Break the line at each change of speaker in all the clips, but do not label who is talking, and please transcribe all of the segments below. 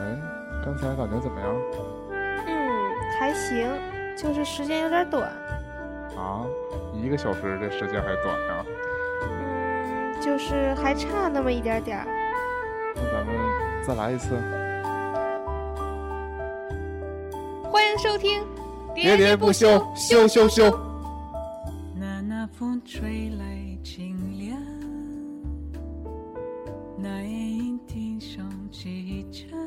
哎，刚才感觉怎么样？
嗯，还行，就是时间有点短。
啊，一个小时这时间还短啊呀、
嗯，就是还差那么一点点儿。
那咱们再来一次。
欢迎收听《
喋喋不休，休休休。
那那风吹来清凉，那夜莺啼声齐唱，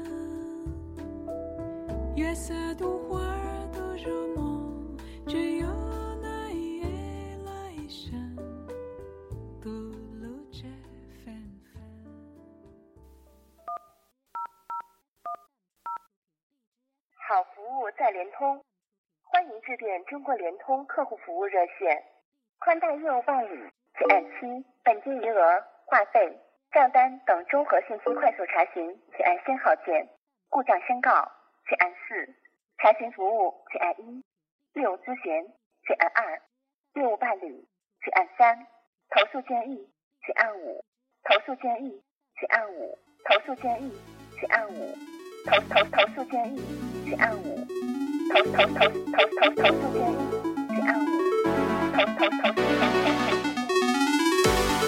月色独花儿独入梦，只有那一夜来生，独路这芬芳。
好服务在联通，欢迎致电中国联通客户服务热线，宽带业务办理，请按七；本金余额、话费、账单等综合信息快速查询，请按星号键；故障申告，请按四；查询服务，请按一；业务咨询，请按二；业务办理，请按三；投诉建议，请按五；投诉建议，请按五；投诉建议，请按五。投投投诉建议，请按五；投投投投投投诉建议，请按五；投投投投投投诉建议。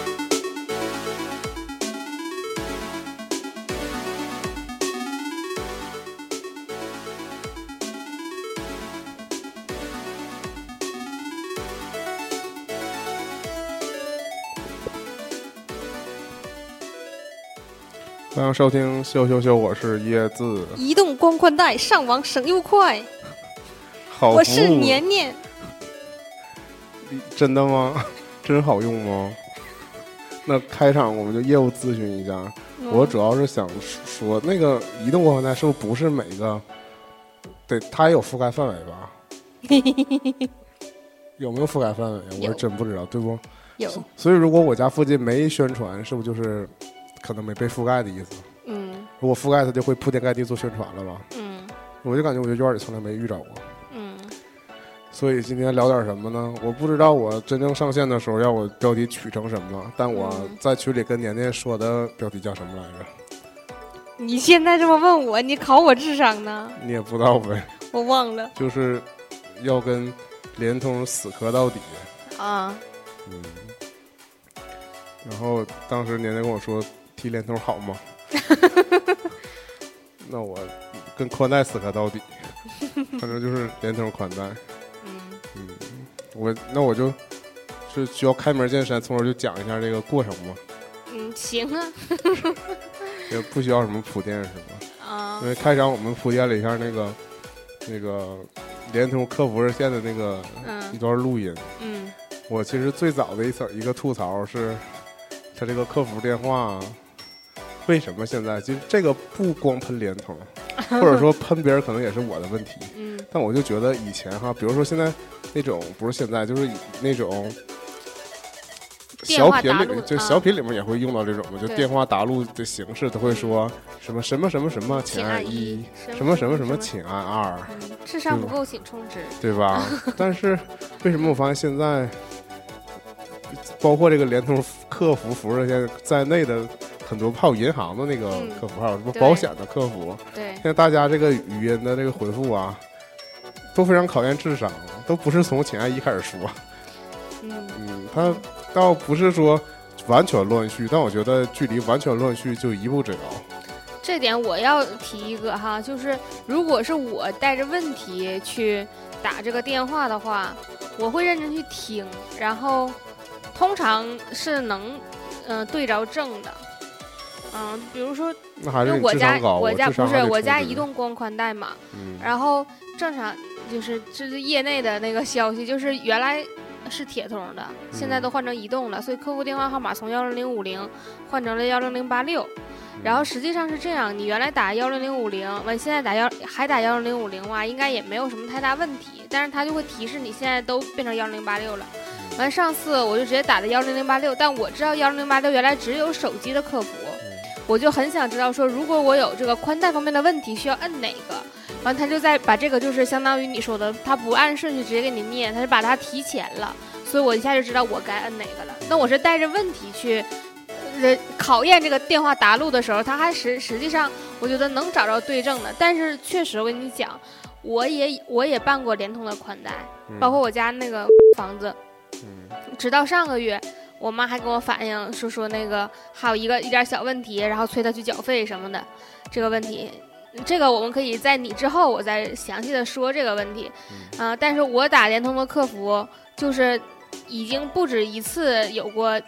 欢迎收听休休休，我是椰子。
移动光宽带，上网省又快。
好服务，
我是年年，
真的吗？ 真好用吗？那开场我们就业务咨询一下。
嗯
我主要是想说，那个移动光宽带是不是不是每个？对，它也有覆盖范围 吧？有没有覆盖范围？我
有
是真不知道，对不？
有
所以如果我家附近没宣传，是不是就是可能没被覆盖的意思？
嗯
如果覆盖，它就会铺天盖地做宣传了吧？
嗯
我就感觉我这院里从来没遇着过。
嗯，
所以今天聊点什么呢？我不知道我真正上线的时候要我标题取成什么了，但我在群里跟年年说的标题叫什么来着？
你现在这么问我，你考我智商呢？
你也不知道呗，
我忘了
就是要跟联通死磕到底。
啊，
嗯。然后当时年年跟我说提联通好 吗？那我跟宽带死磕到底，反正就是联通宽带。
嗯
嗯，我那我就就需要开门见山，从头就讲一下这个过程嘛，
嗯，行啊
也不需要什么铺垫什么。
啊
因为开场我们铺垫了一下那个那个联通客服热线的那个一
嗯
段录音。
嗯
我其实最早的一层一个吐槽是，他这个客服电话啊为什么现在其实这个不光喷联 通，或者说喷别人可能也是我的问题。
嗯
但我就觉得以前哈，比如说现在那种不是现在，就是以那种
电
小
话
品
答
里
录
就
啊
小品里面也会用到这种嘛，就
对
电话答录的形式，都会说什么什么什么什么，请
请
按
按一
什么什
什
么什
么什
么，
么
请按二，
嗯，智商不够请充值，
对 吧？但是为什么我发现现在，包括这个联通客服服务热线在内的很多，还有银行的那个
嗯
客服，啊还有什么
对
保险的客服，
对
现在大家这个语音的这个回复啊，都非常考验智商，都不是从请按一开始说，
嗯
嗯，他倒不是说完全乱序，但我觉得距离完全乱序就一步之遥。
这点我要提一个哈，就是如果是我带着问题去打这个电话的话，我会认真去听，然后通常是能嗯、呃对着正的。嗯、比如说，
那还
因
是
为
你
我
智
家
商高，
我家
智商
不
还
是
得
我
充
家
值
移，动光宽带嘛，
嗯，
然后正常就是这是业内的那个消息，就是原来是铁通的，现在都换成移动了，所以客服电话号码从幺零零五零换成了幺零零八六。
嗯
然后实际上是这样，你原来打幺零零五零，完现在打幺还打幺零零五零哇，应该也没有什么太大问题，但是它就会提示你现在都变成幺零零八六了。
嗯
完上次我就直接打的幺零零八六，但我知道幺零零八六原来只有手机的客服，
嗯
我就很想知道说，如果我有这个宽带方面的问题，需要摁哪个？完，他就在把这个就是相当于你说的，他不按顺序直接给你念，他是把它提前了，所以我一下就知道我该摁哪个了。那我是带着问题去。呃人考验这个电话答录的时候，他还实实际上我觉得能找着对症的，但是确实我跟你讲，我也我也办过联通的宽带，
嗯
包括我家那个房子，
嗯
直到上个月，我妈还跟我反映说说那个还有一个一点小问题，然后催她去缴费什么的，这个问题。这个我们可以在你之后，我再详细的说这个问题，
嗯
啊、但是我打联通的客服，就是已经不止一次有过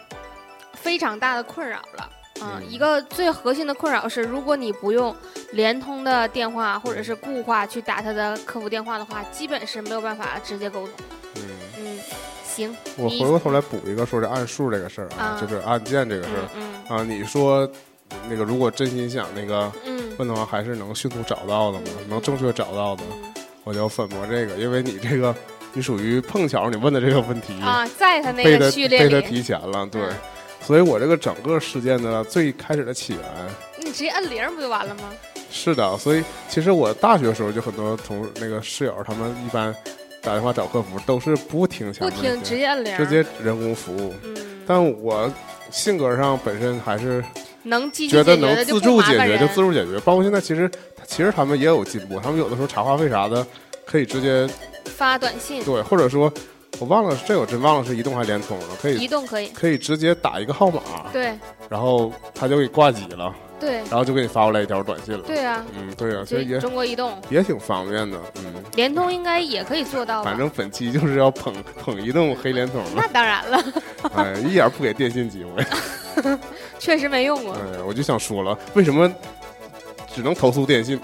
非常大的困扰了。嗯，
嗯
一个最核心的困扰是，如果你不用联通的电话或者是固话去打他的客服电话的话，基本是没有办法直接沟通。
嗯，
嗯，行，
我回
你
过头来补一个，说这按数这个事儿啊，
啊
就是按键这个事
嗯
儿
嗯
啊。你说那个如果真心想那个
嗯
问的话，还是能迅速找到的嘛，
嗯
能正确找到的，
嗯
我就反驳这个，因为你这个你属于碰巧你问的这个问题
啊，在他
被
那
他
个序列
被他
里，
提前了，对
嗯。
所以我这个整个事件的最开始的起源
你直接摁铃儿不就完了吗？
是的，所以其实我大学时候就很多同那个室友，他们一般打电话找客服都是不听前
不
面那
听，直
些，
接啊摁铃儿。
直接人工服务。
嗯，
但我性格上本身还是
能积极
觉
解
得
决
能
的就
自
不
助
麻
解
烦
决就
人
自助解决，包括现在其实其实他们也有进步，他们有的时候查话费啥的可以直接
发短信，
对，或者说我忘了这我真忘了是移动还是联通了，可
移
以
动可以。
可以直接打一个号码，
对
然后他就给你挂机了，
对
然后就给你发过来一条短信了。
对啊，
嗯，对啊，所以
就
也
中国移动、
也挺方便的，嗯。
联通应该也可以做到吧？
反正本期就是要捧捧移动黑联通
那
了，
当然了，
哎，一点不给电信机会。
确实没用过。
哎，我就想说了，为什么只能投诉电信？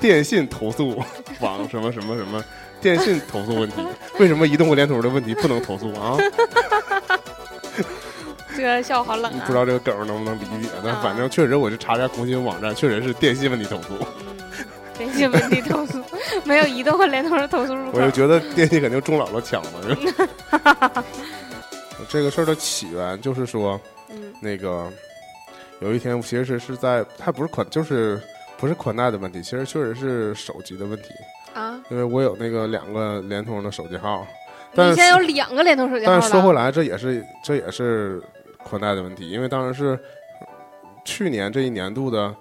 电信投诉网什么什么什么，电信投诉问题，为什么移动和联通的问题不能投诉啊？
这个笑话好冷
嗯不
啊！
知道这个梗能不能理解，但反正确实，我就查了一下红星网站，确实是电信问题投诉。
嗯，电信问题投诉 没有移动和联通的投诉入口
我就。觉得电信肯定中老了抢了。这个事儿的起源就是说，
嗯
那个有一天，其实是是在它不是宽，就是不是宽带的问题，其实确实是手机的问题，
啊，
因为我有那个两个联通的手机号，
你
但
现
是
在有两个联通手机号
但
了。
是说回来，这也是这也是宽带的问题，因为当然是去年这一年度的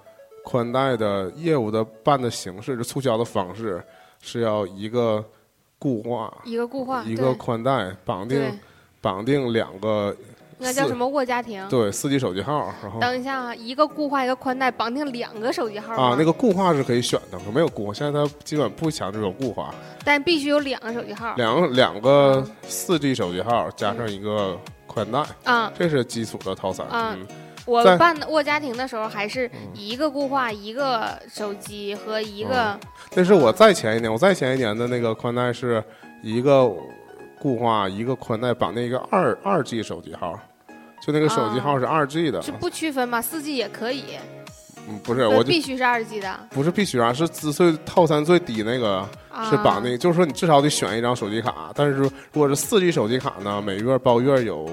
宽带的业务的办的形式，就促销的方式是要一个固话。
一个固话，
一个宽带绑
对，
定绑定两个
那叫
四
什么沃家庭？
对四 G 手机号，然后
等一下啊，一个固话，一个宽带，绑定两个手机号
啊
吗
那个固话是可以选的，可没有固话，现在它基本不强制有固话，
但必须有两个手机号。
两两个四 G 手机号加上一个宽带，
啊，
这是基础的套餐。
啊
嗯，
我
在
办沃家庭的时候还是
嗯
一个固话，一个手机和一个
嗯那是我再前一年，我再前一年的那个宽带是一个固话，一个宽带绑定一个二二 G 手机号。就那个手机号是二 G 的，
啊是不区分吗？四 G 也可以，
嗯，不是，我就
必须是二 G 的。
不是必须啊，是资最套餐最低那个，
啊
是绑定，就是说你至少得选一张手机卡，但是如果是四 G 手机卡呢，每月包月有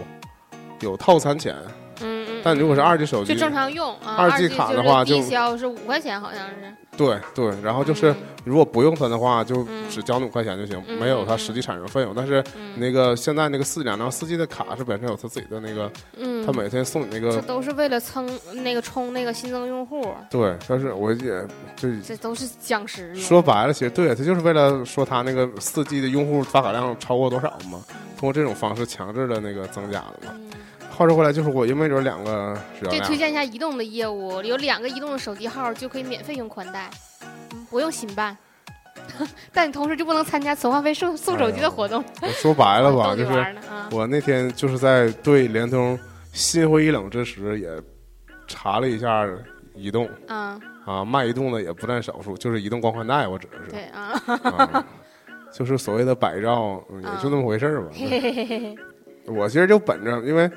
有套餐钱，
嗯嗯，
但如果是二 G 手
就
机，
正常用啊。
二 G
G
卡的话
就是
就嗯
低消是五块钱，好像是。
对对，然后就是
嗯
如果不用它的话，就
嗯
只交那五块钱就行，
嗯
没有它实际产生费用。但是
嗯
那个现在那个四两张四 G 的卡是本身有它自己的那个，
嗯，
它每天送你那
这
个，
都是为了蹭那个冲那个新增用户，
对，但是我也就
这都是僵尸用。
说白了，其实对它就是为了说它那个四 G 的用户发卡量超过多少嘛，通过这种方式强制的那个增加的嘛。
嗯，
话说回来，就是我因为有两个只要
对，
量
推荐一下移动的业务，有两个移动的手机号就可以免费用宽带，嗯不用新办。 但你同时就不能参加存话费送送手机的活动，
我说白了 吧，嗯
逗
就
你
是
玩呢啊！
我那天就是在对联通心灰意冷之时，也查了一下移动
嗯，
啊，卖移动的也不占少数，就是移动光宽带，我指的是，
对啊，
啊、就是所谓的百兆，嗯也
啊
就那么回事儿吧。
嗯
我其实就本着，因为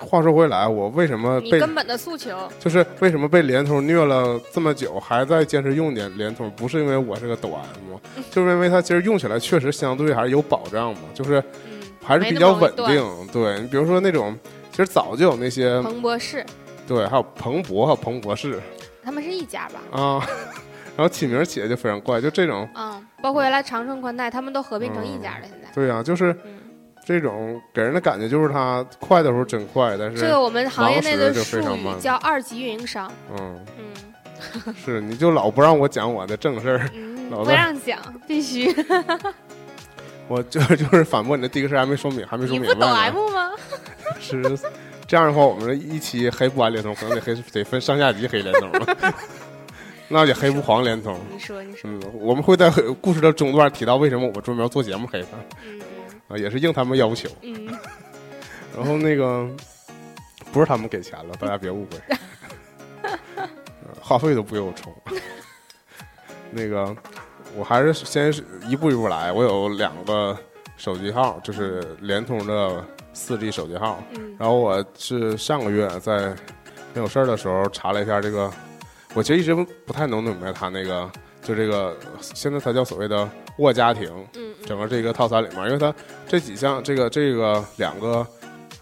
话说回来，我为什么
你
被
根本的诉求，
就是为什么被联通虐了这么久，还在坚持用联联通，不是因为我是个抖 M，就是因为它其实用起来确实相对还是有保障嘛，就是
嗯，
还是
没
比
那
较
么容
稳
易断
定。对你比如说那种，其实早就有那些
彭博士，
对，还有彭博，还有彭博士
他们是一家吧？
啊， 然后起名起的就非常怪，就这种
嗯嗯，包括原来长城宽带，他们都合并成一家了。现在，
对啊，就是
嗯
这种给人的感觉就是它快的时候真快，但
这
是
个我们行业内的
忙时就
术
非常
语
慢
叫二级运营商。
嗯，
嗯
是你就老不让我讲我的正事儿，
嗯，
老
不
大
让讲，必须。
我就 就是反驳你的第一个事儿还没说明，还没说
你
明
不
白
懂
呢。
M 吗？
是这样的话，我们这一期黑不完联通，可能得黑得分上下级黑联通了， 那也黑不黄联通。
你说，你说，
嗯，我们会在故事的中段提到为什么我们专门要做节目黑它
嗯
啊，也是应他们要求。
嗯嗯，
然后那个不是他们给钱了，大家别误会， 呃话费都不给我充。那个我还是先是一步一步来，我有两个手机号，就是联通的四 G 手机号。
嗯
然后我是上个月在没有事儿的时候查了一下这个，我其实一直不太能明白它那个，就这个现在它叫所谓的沃家庭。
嗯嗯
整个这个套餐里面，因为它这几项这个这个两个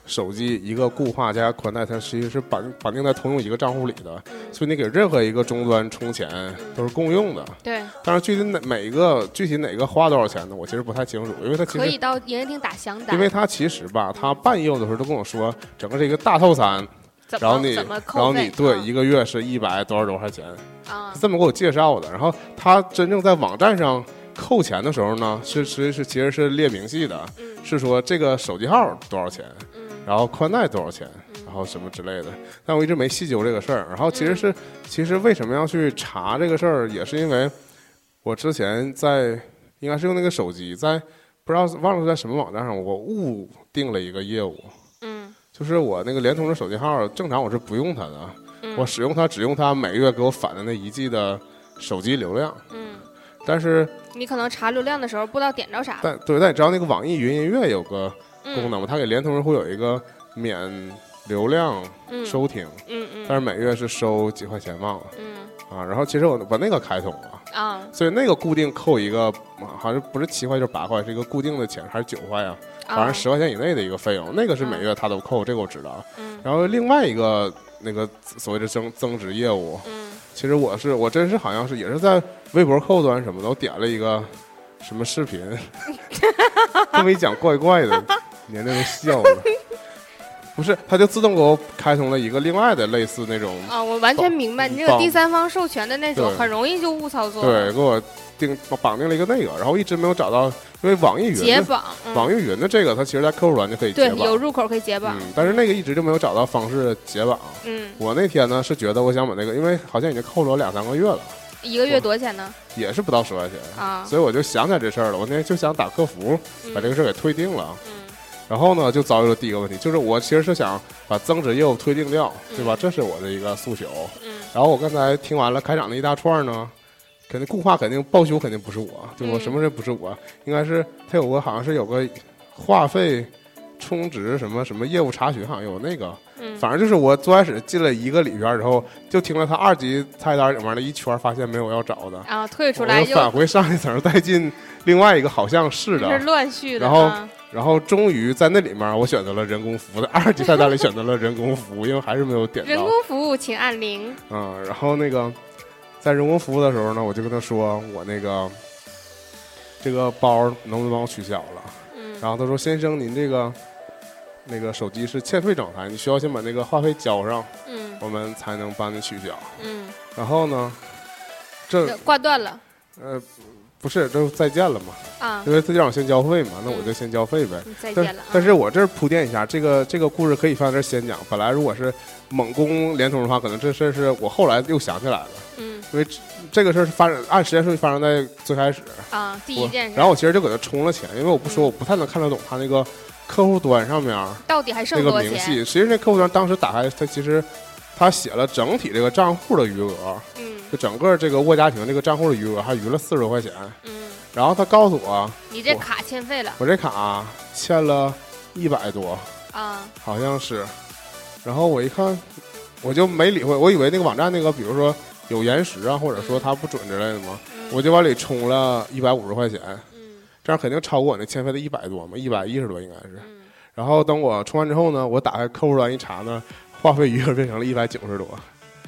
手机一个固话加宽带，它其实是绑绑定在同用一个账户里的，
嗯，
所以你给任何一个终端充钱都是共用的。
对，
但是具体哪每一个具体哪个花多少钱呢？我其实不太清楚，因为它其
可以
实
到营业厅打详单
因，为它其实吧，它办业务的时候都跟我说，整个这个大套餐，
怎么
然后你
怎么
然
扣
后你
费
对
嗯
一个月是一百多少多少块钱，
啊
这么给我介绍的。然后他真正在网站上扣钱的时候呢，是是是，其实是列明细的，
嗯
是说这个手机号多少钱，
嗯
然后宽带多少钱，然后什么之类的。但我一直没细究这个事儿。然后其实
嗯
是，其实为什么要去查这个事儿，也是因为我之前在应该是用那个手机，在不知道忘了在什么网站上，我误定了一个业务。
嗯
就是我那个联通的手机号，正常我是不用它的，
嗯
我使用它只用它每个月给我返的那一 G 的手机流量。
嗯，
但是，
你可能查流量的时候不知道点着啥，
但对，但你知道那个网易云音乐有个功
嗯
能吗？它给联通用户有一个免流量
嗯
收听，
嗯嗯
但是每月是收几块钱忘了
嗯
啊。然后其实我把那个开通了，
啊
所以那个固定扣一个，啊好像不是七块就是八块，是一个固定的钱还是九块啊？反
啊
正十块钱以内的一个费用，那个是每月他都扣，这个我知道。
嗯
然后另外一个那个所谓的增增值业务，
嗯
其实我是我真是好像是也是在微博客户端什么的，我点了一个什么视 频，这么一讲怪怪的，年龄都笑了。不是，它就自动给我开通了一个另外的类似那种，
啊，我完全明白你这个
绑
第三方授权的那种
对
很容易就误操作，
对，，给我定绑定了一个那个，然后一直没有找到，因为网易云
解
的
绑，嗯
网易云的这个，它其实在客户端就可以
对
解
有
绑，
入口可以解绑
嗯，，但是那个一直就没有找到方式解绑。
嗯，
我那天呢是觉得我想把那个，因为好像已经扣了我两三个月了，
一个月多少钱呢？
也是不到十块钱，
啊，
所以我就想起来这事儿了。我那天就想打客服把这个事儿给推定了，
嗯
然后呢就遭遇了第一个问题，就是我其实是想把增值业务推定掉，对吧？
嗯
这是我的一个诉求。
嗯
然后我刚才听完了开场那一大串呢，肯定固话肯定报修肯定不是我，对我
嗯
什么人不是我，应该是他有个好像是有个话费充值什么什么业务查询，好像有那个。
嗯，
反正就是我最开始进了一个里边儿之后，就听了他二级菜单里面的一圈儿，发现没有要找的，
啊，退出
我
来
就
就
返回上一层，再进另外一个好像是
是
的，
乱序的，
然后
啊
然后终于在那里面我选择了人工服务，在二级菜单里选择了人工服务，因为还是没有点
人
到
工，服务请按零，
嗯，然后那个在人工服务的时候呢，我就跟他说我那个这个包能不能帮我取消了，
嗯
然后他说先生您这个那个手机是欠费状态，你需要先把那个话费交上，
嗯
我们才能帮你取消。
嗯，
然后呢，
就
这
挂断了
呃不是这再见了嘛，
啊，
因为他就让我先交费嘛，那我就先交费呗。
嗯再见
但
了啊，
但是我这儿铺垫一下，这个这个故事可以放在这儿先讲。本来如果是猛攻联通的话，可能这事儿是我后来又想起来了，
嗯
因为这这个事儿是发生按时间顺序发生在最开始。
啊，第一
我
件事嗯
然后我其实就给他充了钱，因为我不说我不太能看得懂他那个客户端上面儿
到底还
那
剩
个
多
明
少
细。
钱？
实际上那客户端当时打开，他其实他写了整体这个账户的余额，
嗯
就整个这个沃家庭这个账户的余额还余了四十多块钱，
嗯，
然后他告诉我，
你这
我
卡欠费了
我这卡欠了一百多，
啊，
好像是，然后我一看，我就没理会，我以为那个网站那个，比如说有延时啊，或者说它不准之类的嘛，
嗯
我就往里充了一百五十块钱，
嗯
这样肯定超过我那欠费的一百多嘛，一百一十多应该是。
嗯
然后等我充完之后呢，我打开客户端一查呢，话费余额变成了一百九十多。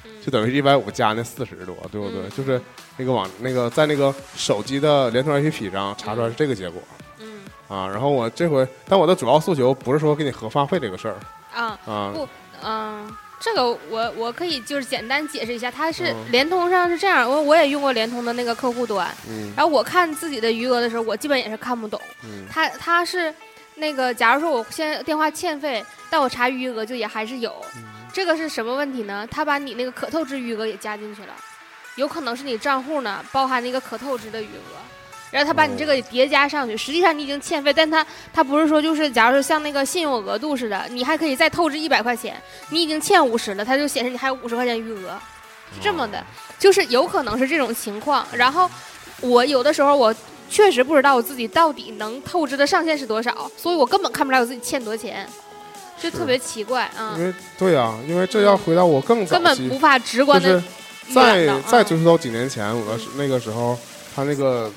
嗯，
就等于是一百五加那四十多，对不对？
嗯
就是那个网那个在那个手机的联通 APP 上查出来是这个结果
嗯
啊。然后我这回，但我的主要诉求不是说给你核发费这个事儿
啊，
啊
不，嗯、这个我我可以就是简单解释一下，它是
嗯
联通上是这样，我我也用过联通的那个客户端，
嗯
然后我看自己的余额的时候，我基本也是看不懂，
嗯
它它是那个，假如说我现在电话欠费，但我查余额就也还是有，这个是什么问题呢？它把你那个可透支余额也加进去了，有可能是你账户呢包含了一个可透支的余额。然后它把你这个也叠加上去，实际上你已经欠费，但它它不是说就是，假如说像那个信用额度似的，你还可以再透支一百块钱，你已经欠五十了，它就显示你还有五十块钱余额，是这么
啊
的，就是有可能是这种情况。然后我有的时候我确实不知道我自己到底能透支的上限是多少，所以我根本看不出来我自己欠多少钱，就是特别奇怪啊
因，为对啊，因为这要回到我更早
根本
期，
无法直观
就
的
是再再追
就
溯到几年前，我是那个时候，他那个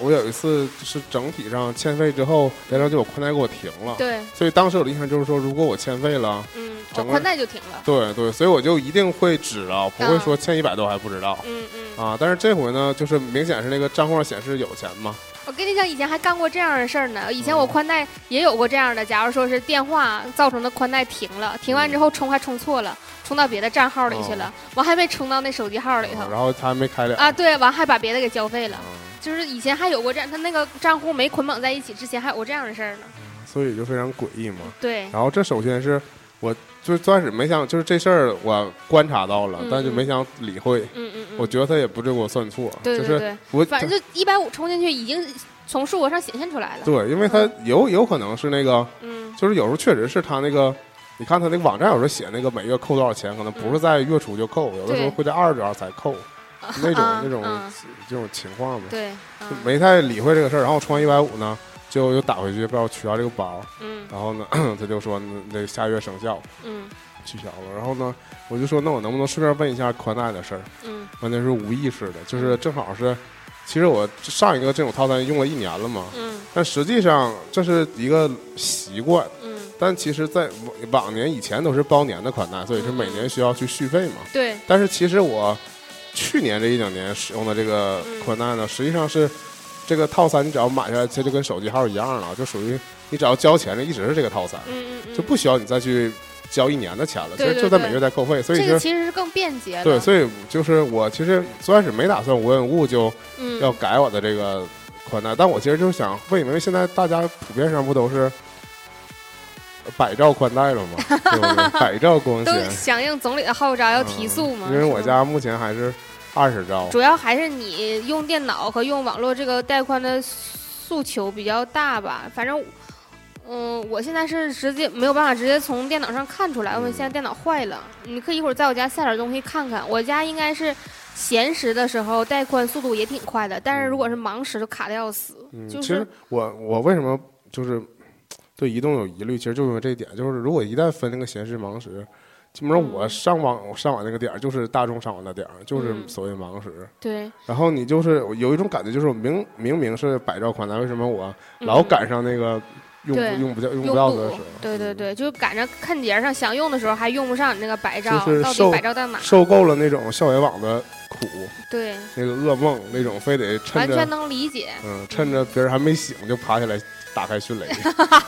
我有一次就是整体上欠费之后，联商局我宽带给我停了，
对，
所以当时我的印象就是说，如果我欠费了，
嗯，我
整个
宽带就停了，
对对，所以我就一定会知道，不会
嗯
说欠一百多还不知道。
嗯嗯。
啊，但是这回呢，就是明显是那个账户上显示有钱嘛，
我跟你讲，以前还干过这样的事儿呢。以前
嗯
我宽带也有过这样的，假如说是电话造成的宽带停了，
嗯
停完之后充还充错了，充到别的账号里去
哦
了，完还没充到那手机号里头
然后他还没开了
啊，对，完还把别的给交费了
啊。
就是以前还有过这样，他那个账户没捆绑在一起之前，还有过这样的事儿呢。
所以就非常诡异嘛。
对，
然后这首先是我就最开始没想，就是这事儿我观察到了，
嗯
但就没想理会。
嗯嗯
我
嗯，
觉得他也不对我算错，
对
就
对
是
对，
我
反正就一百五充进去已经从数额上显现出来了。
对，因为他有有可能是那个，
嗯
就是有时候确实是他那个，你看他那个网站有时候写那个每月扣多少钱，可能不是在月初就扣，有的时候
对
会在二十多号才扣，那种
啊
那种
嗯
这种情况呗。
对，嗯
就没太理会这个事儿。然后我充完一百五呢，就又打回去，不知道取消这个包。
嗯
然后呢， 他就说嗯那下月生效，
嗯
取消了。然后呢，我就说那我能不能顺便问一下宽带的事儿？
嗯
完全是无意识的，就是正好是，其实我上一个这种套餐用了一年了嘛，
嗯
但实际上这是一个习惯。
嗯，
但其实，在往往年以前都是包年的宽带，所以是每
嗯
年需要去续费嘛。
对，
但是其实我去年这一两年使用的这个
嗯
宽带呢，实际上是这个套餐，你只要买下来，它就跟手机号一样了，就属于你只要交钱了，一直是这个套餐，
嗯嗯嗯，
就不需要你再去交一年的钱了，其
对
实
对
就在
对
每月再扣费，所以
这个
就是。
其实是更便捷的。
对，所以就是我其实最开始没打算无缘无故就
嗯
要改我的这个宽带，但我其实就是想问一问，因为现在大家普遍上不都是呃百兆宽带了吗？ 对不对？百兆光
都
纤，
响应总理的号召要提
嗯
速嘛。
因为我
是吧
家目前还是二十兆，
主要还是你用电脑和用网络这个带宽的诉求比较大吧，反正。嗯，我现在是直接没有办法直接从电脑上看出来，因为
嗯
现在电脑坏了。你可以一会儿在我家下点东西看看，我家应该是闲时的时候带宽速度也挺快的，但是如果是忙时就卡的要死，
嗯，
就
其实
是
我我为什么就是对移动有疑虑，其实就因为这一点，就是如果一旦分那个闲时忙时，基本上我上网我上网那个点儿就是大众上网的点儿，就是
嗯
所谓忙时。
对，
然后你就是有一种感觉，就是我明明明是百兆宽带，为什么我老
嗯
赶上那个用
对
不用不掉用
用
不到的时
不
候？
对对
嗯。
对，就赶上看节儿上想用的时候还用不上你那个百兆，
就是
到底
受
百兆到哪？
受够了那种校园网的苦，
对，
那个噩梦，那种非得
完
趁着
全能理解。
嗯，趁着别人还没醒就爬起来打开迅雷，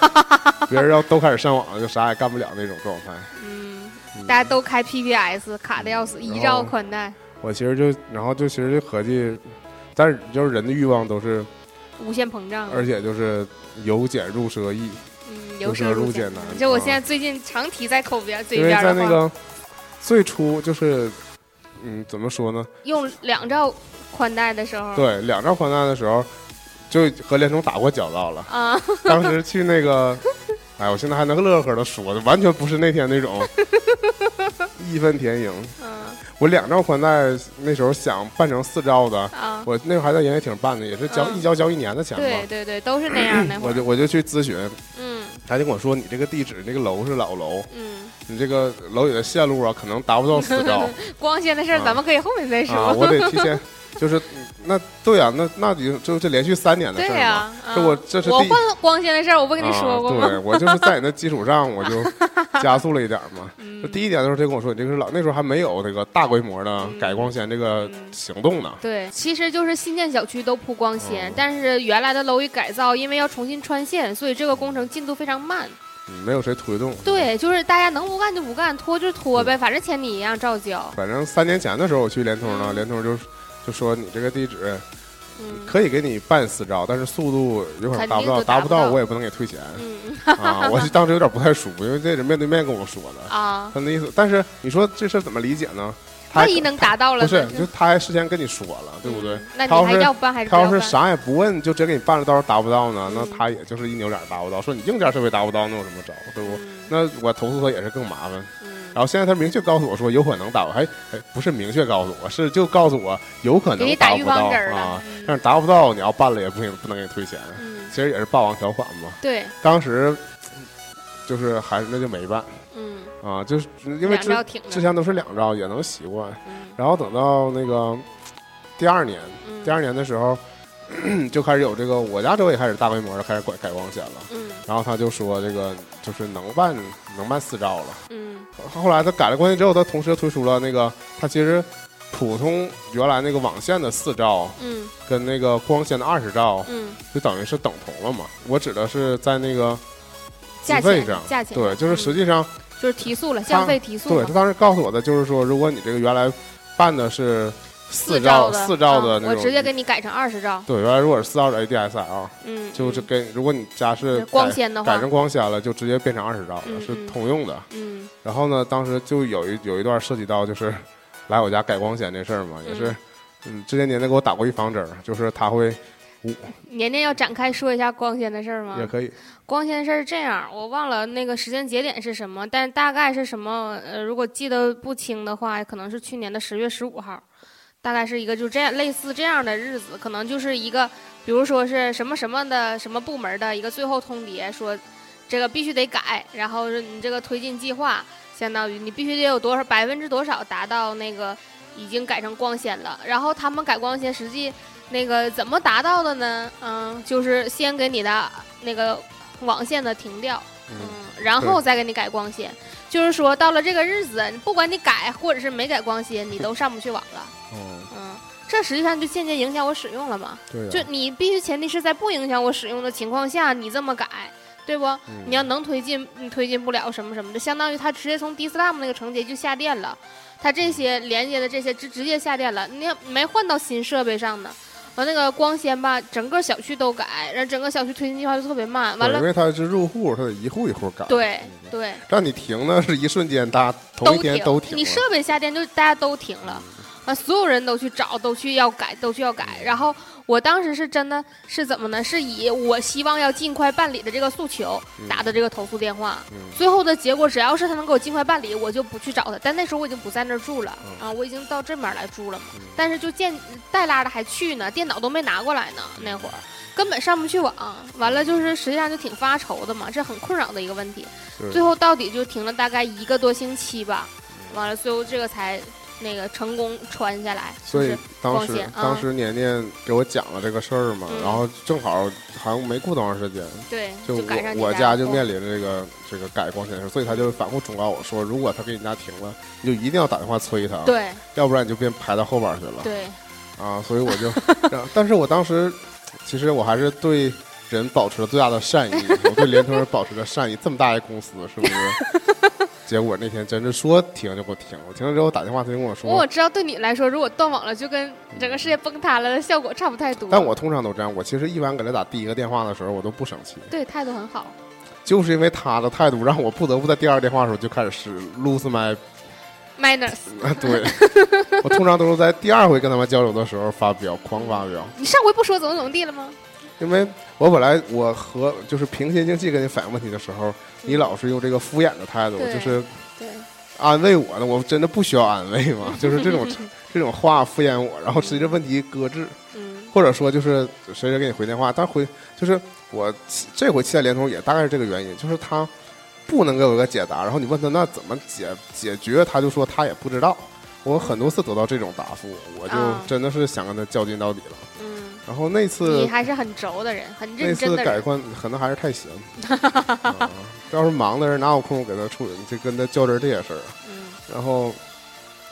别人要都开始上网了，就啥也干不了那种状态。
嗯，
嗯
大家都开 PPS，卡的要死，
嗯
一
然
兆
后
宽带
我其实就，然后就其实就合计，但是就是人的欲望都是，
无限膨胀。
而且就是由俭入奢易，
嗯，
由
由
奢
奢
入
入
俭
俭
难
就我
啊
现在最近常提在口边嘴
因为
边儿
在
的
那
话，
个最初就是，嗯，怎么说呢？
用两兆宽带的时候，
对，两兆宽带的时候，就和联通打过交道了。
啊，
当时去那个，哎，我现在还能乐呵的说，完全不是那天那 种义愤填膺。
嗯
我两兆宽带那时候想办成四兆的，
啊，
我那会儿还在营业厅办的，也是交、
嗯
一交交一年的钱
对
嘛。
对对，都是那样那会
我
儿
就。我就去咨询，
嗯
他就跟我说：“你这个地址，你这个楼是老楼，
嗯，
你这个 楼里的线路啊，可能达不到四兆
光纤的事儿
啊
咱们可以后面再
啊，
说。
我得提前就是嗯那对呀、那那就就这连续三年的
对
事儿
呀、
嘛。
嗯
这我这是
我
第一
混光鲜的事儿，我不跟你说过
啊、
吗？
对，我就是在你的基础 上，我就加速了一点儿嘛。
嗯
就第一点就是他跟我说，你这个是老那时候还没有这个大规模的
嗯
改光纤这个行动呢。
对，其实就是新建小区都铺光纤，
嗯
但是原来的楼宇改造，因为要重新穿线，所以这个工程进度非常慢。
嗯没有谁推动。，
对，就是大家能不干就不干，拖就拖呗，反正钱你一样照交。
反正三年前的时候我去联通呢，联通就就说你这个地址
嗯
可以给你办私招，但是速度有点达
肯定
不到，
都达
不
不
到
到
我也不能给退钱
嗯
啊。我是当时有点不太舒服，因为这是面对面跟我说的，
啊，
他那意思。但是你说这事儿怎么理解呢？他还
万一能达到了
不
呢，
是，
就
就他还事先跟你说了，对不对？
那你
他要
还
是
要办还是不
他要
要
是
办？
啥也不问，就直接给你办了，到时候达不到呢，那
嗯
他也就是一扭脸达不到。说你硬件设备达不到，那有什么招，对不？那我投诉他也是更麻烦。
嗯，
然后现在他明确告诉我说有可能 达不到，还还不是明确告诉我，是就告诉我有可
给
能
你
达
打预
不到
防针儿
啊
了。，
但是达不到，你要办了也不行，不能给你退钱。
嗯，
其实也是霸王条款嘛。
对，
当时就是还是那就没办
嗯，
啊，就是因为
两
之
招挺
之
着，
前都是两招也能习惯，
嗯
然后等到那个第二年，
嗯
第二年的时候， 就开始有这个我家周围开始大规模的开始改改光纤了。
嗯
然后他就说这个就是能办能办私招了。
嗯
后来他改了光纤之后，他同时又推出了那个他其实普通原来那个网线的四兆
嗯
跟那个光纤的二十兆
嗯，
就等于是等同了嘛。我指的是在那个资
价
费
钱
上，
价钱嗯
对，就是实际上
就是提速了，降费提速
对
了
他，当时告诉我的就是说，如果你这个原来办的是四兆
兆的
四兆的
嗯
那
我
种，
直接给你改成二十兆，
对，原来如果是四兆的 ADSL，
嗯，
就这
嗯
跟如果你家是
就是光
改
纤的
改
话
成，光纤了，就直接变成二十兆了，
嗯
是
嗯
通用的。
嗯
然后呢，当时就有一有一段涉及到就是来我家改光纤这事儿嘛，也是，嗯，之前年年给我打过预防针儿，就是他会
年年要展开说一下光纤的事儿吗？
也可以，
光纤的事儿是这样，我忘了那个时间节点是什么，但是大概是什么？呃，如果记得不清的话，可能是去年的十月十五号，大概是一个就这样类似这样的日子，可能就是一个，比如说是什么什么的什么部门的一个最后通牒，说这个必须得改，然后是你这个推进计划，相当于你必须得有多少百分之多少达到那个已经改成光纤了，然后他们改光纤实际。那个怎么达到的呢？嗯，就是先给你的那个网线的停掉，
嗯，
嗯，然后再给你改光纤。就是说，到了这个日子，不管你改或者是没改 光纤，你都上不去网了。
哦，
嗯，这实际上就间接影响我使用了嘛。
对啊呀，
就你必须前提是在不影响我使用的情况下，你这么改，对不？
嗯
你要能推进，你推进不了什么什么的，相当于它直接从 DSLAM 那个承接就下电了，它
嗯
这些连接的这些直直接下电了，你要没换到新设备上呢。完那个光纤吧，整个小区都改，然后整个小区推进计划就特别慢。完
对因
了，
为他是入户，他得一户一户改，
对对，
让你停呢是一瞬间，大家同
都
一天
停，
都停了，
你设备下电就大家都停了，啊，所有人都去找，都去要改，都去要改。
嗯
然后我当时是真的是怎么呢？是以我希望要尽快办理的这个诉求
嗯
打的这个投诉电话。
嗯
最后的结果，只要是他能给我尽快办理，我就不去找他。但那时候我已经不在那儿住了
嗯
啊，我已经到这面来住了嘛
嗯。
但是就见带拉的还去呢，电脑都没拿过来呢，
嗯
那会儿根本上不去网。完了就是实际上就挺发愁的嘛，这很困扰的一个问题。
对
最后到底就停了大概一个多星期吧，完了最后这个才那个成功穿下来。
所
就
以
是
当
光
时
纤啊
当时年年给我讲了这个事儿嘛，
嗯
然后正好好像没过多长时间，
对，
就我
赶上你
我家就
了哦
面临着这个这个改光纤的事，所以他就反复忠告我说，如果他给你家停了，你就一定要打电话催他，
对
要不然你就变排到后边去了
对，
啊。所以我就，然后但是我当时其实我还是对人保持了最大的善意，我对联通人保持着善意，这么大一个公司是不 是？结果那天真是说停就给我停了，停了之后打电话他就跟我
不过我
说，
知道对你来说，如果断网了，就跟整个世界崩塌了的效果差不太多。
嗯但我通常都这样，我其实一般给他打第一个电话的时候我都不生气，
对态度很好，
就是因为他的态度让我不得不在第二个电话的时候就开始是 lose my
manners，
啊，对，我通常都是在第二回跟他们交流的时候发飙，狂发飙，
你上回不说怎么怎么地了吗？
因为我本来我和就是平心静气跟你反映问题的时候，你老是用这个敷衍的态度，
对
就是
对，
安慰我呢，我真的不需要安慰嘛，就是这种这种话敷衍我，然后随着问题搁置，
嗯
或者说就是谁谁给你回电话，但回就是我气这回气在联通也大概是这个原因，就是他不能给我一个解答，然后你问他那怎么解解决，他就说他也不知道。我很多次得到这种答复，我
啊
就真的是想跟他较劲到底了。
嗯，
然后那次
你还是很轴的人，很
那
认真
次
的
改
人。
观，可能还是太闲。啊要是忙的人，哪有空给他处理？就跟他较真儿这些事儿啊。
嗯
然后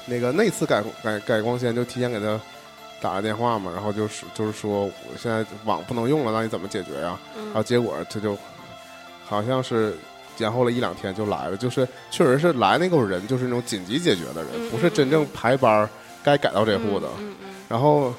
那个那次改改改光纤，就提前给他打了电话嘛，然后就是就是说我现在网不能用了，那你怎么解决呀、然后
嗯
结果他就好像是延后了一两天就来了，就是确实是来那个人就是那种紧急解决的人，
嗯
不是真正排班儿该改到这户的。
嗯嗯
然后，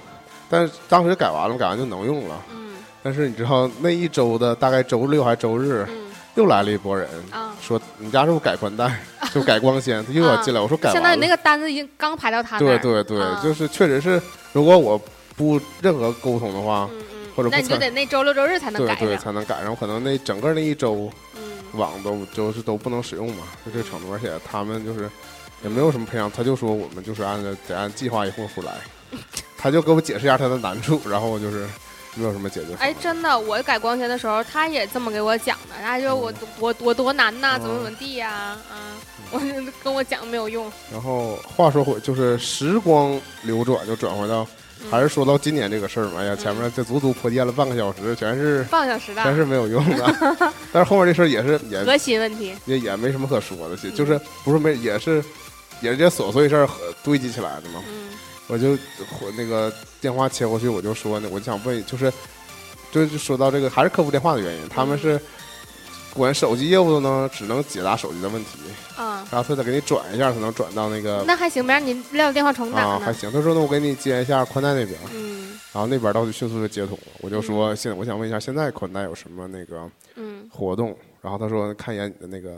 但是当时改完了，改完就能用了。
嗯
但是你知道那一周的大概周六还周日
嗯
又来了一波人，
嗯啊。
说你家是不是改宽带，就改光 纤，他又要进来。我说改
相当
完
于啊那
了，
个单子已经刚排到他那
对
儿，
对对
啊，
就是确实是，如果我不任何沟通的话，
嗯嗯，
或者不
那你就
参
得那周六周日才能
对
改
对
上，
才能改上。可能那整个那一周
嗯
网都就是都不能使用嘛，就这程度。而且他们就是也没有什么赔偿，他就说我们就是按照得按计划一户户来，他就给我解释一下他的难处，然后我就是没有什么解决方
哎，
案。
真的，我改光纤的时候，他也这么给我讲的，他就
哦
我我我多难呐，
嗯
怎么怎么地呀，啊， 我跟我讲没有用，
然后话说回，就是时光流转，就转回到
嗯
还是说到今年这个事儿嘛。哎呀，前面这足足破垫了半个小时，全是
半个小时的
全是没有用的。但是后面这事儿也是也
核心问题，
也也没什么可说的，其实就是不是没也是也是这些琐碎事儿和堆积起来的嘛。
嗯
我就我那个电话切过去，我就说呢，我就想问，就是就是说到这个还是客服电话的原因，他们是管手机业务的呢，只能解答手机的问题，
啊，
然后他再给你转一下，才能转到那个
那还行，没让你撂电话重打
呃啊还
呢，
行。他说那我给你接一下宽带那边，
嗯
然后那边倒是迅速就接通了。我就说现在我想问一下，现在宽带有什么那个
嗯
活动，然后他说看一眼你的那个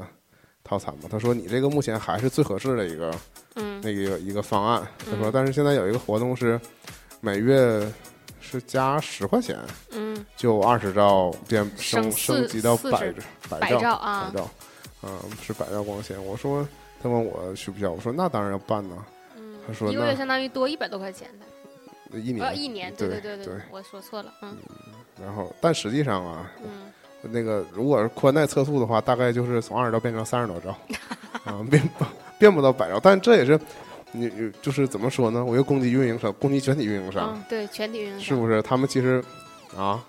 套餐吧，他说你这个目前还是最合适的一个
嗯
那个一个方案，他说
嗯
但是现在有一个活动是每月是加十块钱，
嗯，
就二十兆变
升
升升
四
级到
四
百
十
百
百
兆
兆啊
百兆，嗯、是百兆光纤。我说他问我需不需要，我说那当然要办呢，他说
一个
那
月相当于多一百多块钱的，
一
呃，
年
一年，
对
对
对
对，我说错了，嗯
然后但实际上啊，
嗯，
那个如果是宽带测速的话，大概就是从二十兆变成三十多 兆，啊、变不变不到百兆。但这也是你你就是怎么说呢？我又攻击运营商，攻击全体运营商，
嗯，对，全体运营
是
商。
不是？他们其实啊，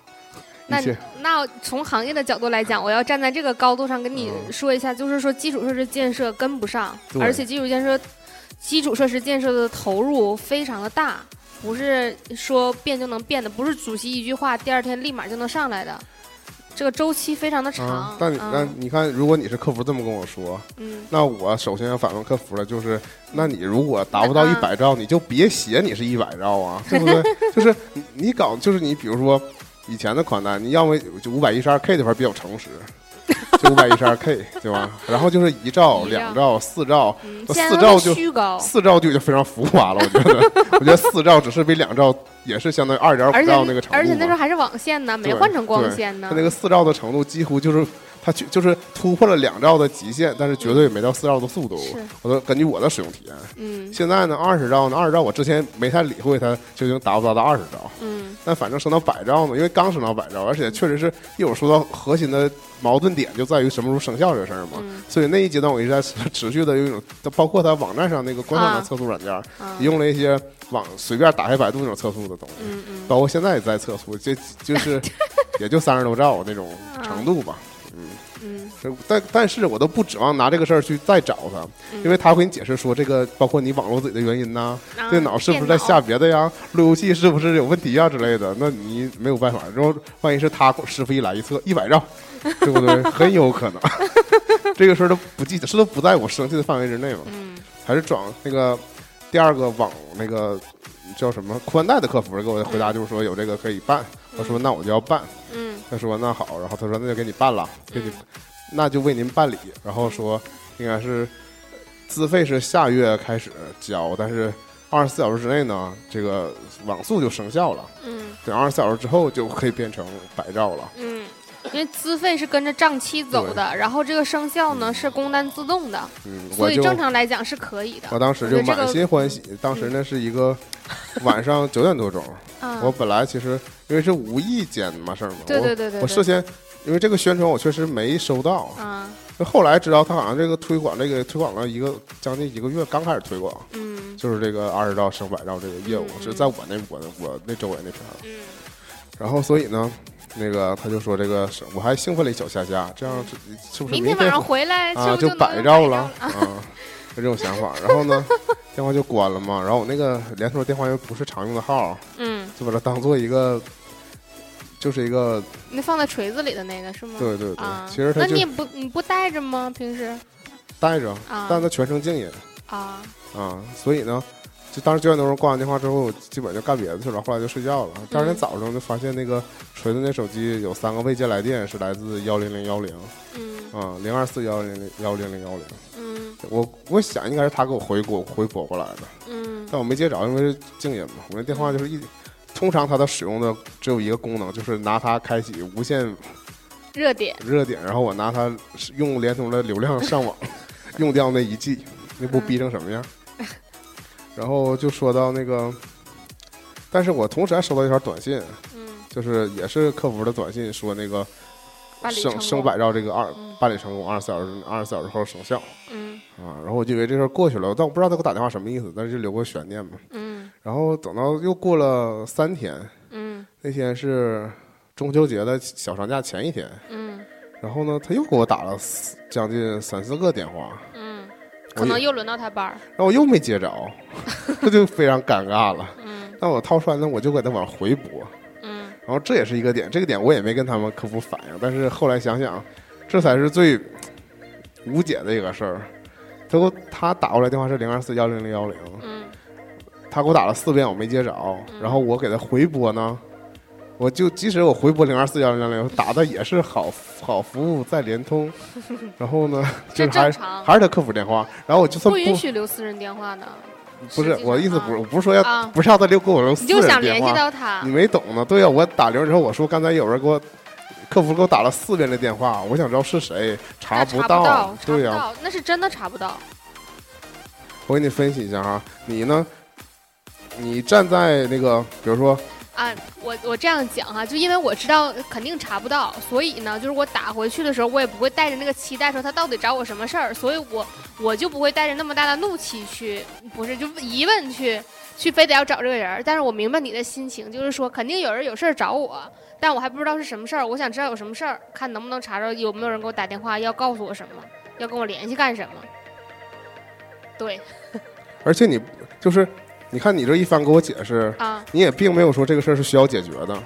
那
一切
那从行业的角度来讲，我要站在这个高度上跟你
嗯
说一下，就是说基础设施建设跟不上，
对
而且基础建设基础设施建设的投入非常的大，不是说变就能变的，不是主席一句话，第二天立马就能上来的，这个周期非常的
啊
长。，
但你
嗯
那你看，如果你是客服这么跟我说，
嗯，
那我首先要反问客服了，就是，那你如果达不到一
那
百兆，你就别写你是一百兆啊，对不对？ 就是你你搞，就是你比如说以前的宽带，你要么就五百一十二 K 这块比较诚实，就五百一十二 K 对吧？然后就是一兆、
一兆
两兆、四兆，
嗯
那
现
四
在
兆
都
就是
虚高，
四兆就已经非常浮夸了，我觉得， 我觉得四兆只是比两兆也是相当于二点
而
五
且
兆那个程度嘛，
而且那时候还是网线呢，没
对
换成光
对
纤呢
它。那个四兆的程度几乎就是它去就是突破了两兆的极限，但是绝对没到四兆的速度。
是
我都根据我的使用体验，
嗯
现在呢二十兆呢，二十兆我之前没太理会它究竟达不达到二十兆，
嗯
但反正升到百兆呢，因为刚升到百兆，而且确实是一会儿说到核心的矛盾点就在于什么时候生效这个事儿嘛。
嗯
所以那一阶段我一直在持持续的有一种，包括它网站上那个官方的
啊
测速软件儿，
啊
也用了一些网随便打开百度那种测速的东西。
嗯嗯
包括现在也在测速，就就是 也就三十多兆那种程度吧。
嗯
是但但是我都不指望拿这个事儿去再找他，
嗯
因为他会给你解释说这个包括你网络自己的原因呐、
啊
电脑是不是在下别的呀，路由器是不是有问题呀之类的，那你没有办法。然后万一是他师傅一来一测一百 兆，对不对？很有可能 这个事儿都不记得，是都不在我生气的范围之内嘛。
嗯
还是转那个第二个网那个叫什么宽带的客服给我的回答就是说有这个可以办，我说那我就要办，
嗯
他说那好，然后他说那就给你办了，给你、
嗯
那就为您办理，然后说应该是资费是下月开始交，但是二十四小时之内呢，这个网速就生效了，
嗯。
等二十四小时之后就可以变成百兆了。
嗯，因为资费是跟着账期走的，然后这个生效呢是工单自动的，
嗯，我
所以
就
正常来讲是可以的。
我当时
我
就
觉得这
满
个嗯
心欢喜，当时那是一个晚上九点多钟。我
嗯
本来其实因为是无意间嘛事儿嘛，
对对
我
对对
我
对
事先因为这个宣传我确实没收到，
啊，
那后来知道他好像这个推广这个推广了一个将近一个月，刚开始推广，
嗯
就是这个二十兆升百兆这个业务
嗯嗯
是在我那我我那周围那片儿。
嗯
然后所以呢，那个他就说这个是我还兴奋了一宿下家，这样是是不是
明
明
天晚上
回
回来
啊
是哎不是
就
能
百
兆
兆了？啊？有这种想法，然后呢，电话就关了嘛。然后我那个联通电话又不是常用的号，
嗯，
就把它当做一个，就是一个
那放在锤子里的那个是吗？
对对对，
啊，
其实它
那
就
你也不你不带着吗？平时
带着，
啊
但它全程静音
啊，
啊，所以呢，就当时九点多钟挂完电话之后，我基本就干别的去了，后来就睡觉了。第
嗯
二天早上就发现那个锤子那手机有三个未接来电是来自幺零零幺零
嗯
啊零二四幺零零幺零零幺零，
嗯
我我想应该是他给我回国回国过来的，
嗯
但我没接着，因为是静音嘛，我那电话就是一。通常它的使用的只有一个功能，就是拿它开启无线
热点，
热点，然后我拿它用联通的流量上网，用掉那一 G，那不逼成什么样？然后就说到那个，但是我同时还收到一条短信，
嗯，
就是也是客服的短信，说那个
办理成
升
功
升百兆这个二
嗯
办理成功，二十四小时二十四小时后生效
嗯
啊。然后我就以为这事儿过去了，但我不知道他给我打电话什么意思，但是就留个悬念嘛。
嗯
然后等到又过了三天，
嗯
那天是中秋节的小长假前一天，
嗯
然后呢，他又给我打了四将近三四个电话，
嗯，
我
可能
也
又轮到他班儿，
然后我又没接着， 这就非常尴尬了。
嗯
那我套出来呢，我就给他往回拨，
嗯
然后这也是一个点，这个点我也没跟他们客服反映，但是后来想想，这才是最无解的一个事儿。他给我他打过来电话是零二四幺零零幺零，
嗯
他给我打了四遍我没接着，然后我给他回拨呢，我就即使我回拨零二四幺零零打的也是好好服务在联通， 然后呢，
这
就是还
正常
还是他客服电话，然后我就算不
不允许留私人电话的，
不是
实际上
我的意思
啊
不是我不是说要、
啊
不是要他留给我留私
你就
人
想
电
联系
话，
到他
你，没懂呢？对呀、我打铃之后我说刚才有人给我。客服给我打了四遍的电话，我想知道是谁，查
那
不
查到，查
对
不
呀、
到，那是真的查不到，
我给你分析一下哈，你呢？你站在那个，比如说
啊，我我这样讲哈、就因为我知道肯定查不到，所以呢，就是我打回去的时候，我也不会带着那个期待说他到底找我什么事儿，所以我我就不会带着那么大的怒气去，不是就疑问去去非得要找这个人儿。但是我明白你的心情，就是说肯定有人有事儿找我，但我还不知道是什么事儿，我想知道有什么事儿，看能不能查着有没有人给我打电话要告诉我什么，要跟我联系干什么。对
而且你就是，你看你这一番给我解释，
啊，
你也并没有说这个事儿是需要解决的，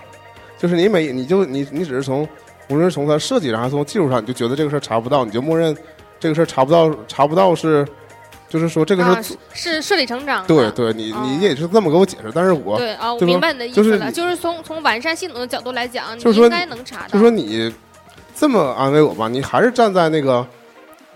就是你每你就你你只是从无论是从它设计上还是从技术上，你就觉得这个事儿查不到，你就默认这个事儿查不到查不到是，就是说这个事儿、
啊是是顺理成章的。
对对，你、
啊
你也是这么给我解释，但是我
对啊，我
对吧
明白你的意
就是
思了，
你
就是从从完善系统的角度来讲，你
就是说
应该能查到。
就说你这么安慰我吧，你还是站在那个，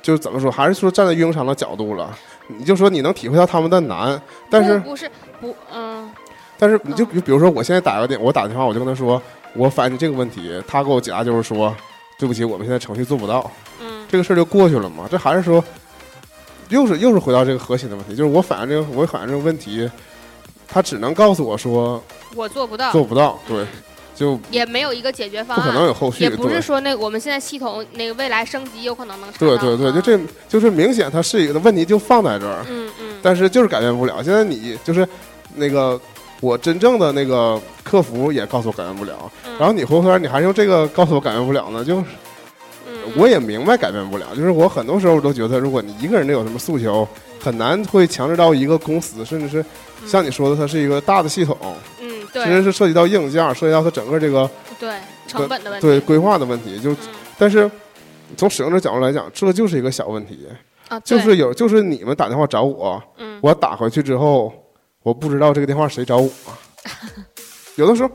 就是怎么说，还是说站在运营商的角度了，你就说你能体会到他们的难，但是
不不是不嗯
但是你就
嗯
比比如说，我现在打个电，我打电话，我就跟他说，我反映这个问题，他给我解答就是说，对不起，我们现在程序做不到，
嗯
这个事儿就过去了嘛。这还是说，又是又是回到这个核心的问题，就是我反映这个我反映这个问题，他只能告诉我说
我做不到，
做不到，对，就
也没没有一个解决方
不可能
案，
有后续，
嗯啊也不
对
是说那个我们现在系统那个未来升级有可能能查
对
到。
对对，
啊
就这就是明显它是一个问题就放在这儿，
嗯嗯
但是就是改变不了。现在你就是那个我真正的那个客服也告诉我改变不了，
嗯
然后你回头你还是用这个告诉我改变不了呢，就是
嗯
我也明白改变不了，就是我很多时候都觉得，如果你一个人有什么诉求，很难会强制到一个公司，甚至是像你说的，它是一个大的系统，
嗯
其实
对
是涉及到硬件，涉及到它整个这个
对成本的问题
对规划的问题。就
嗯
但是从使用者角度来讲，这就是一个小问题。
啊
就
对
是有，就是你们打电话找我，
嗯
我打回去之后，我不知道这个电话谁找 我。有的时候，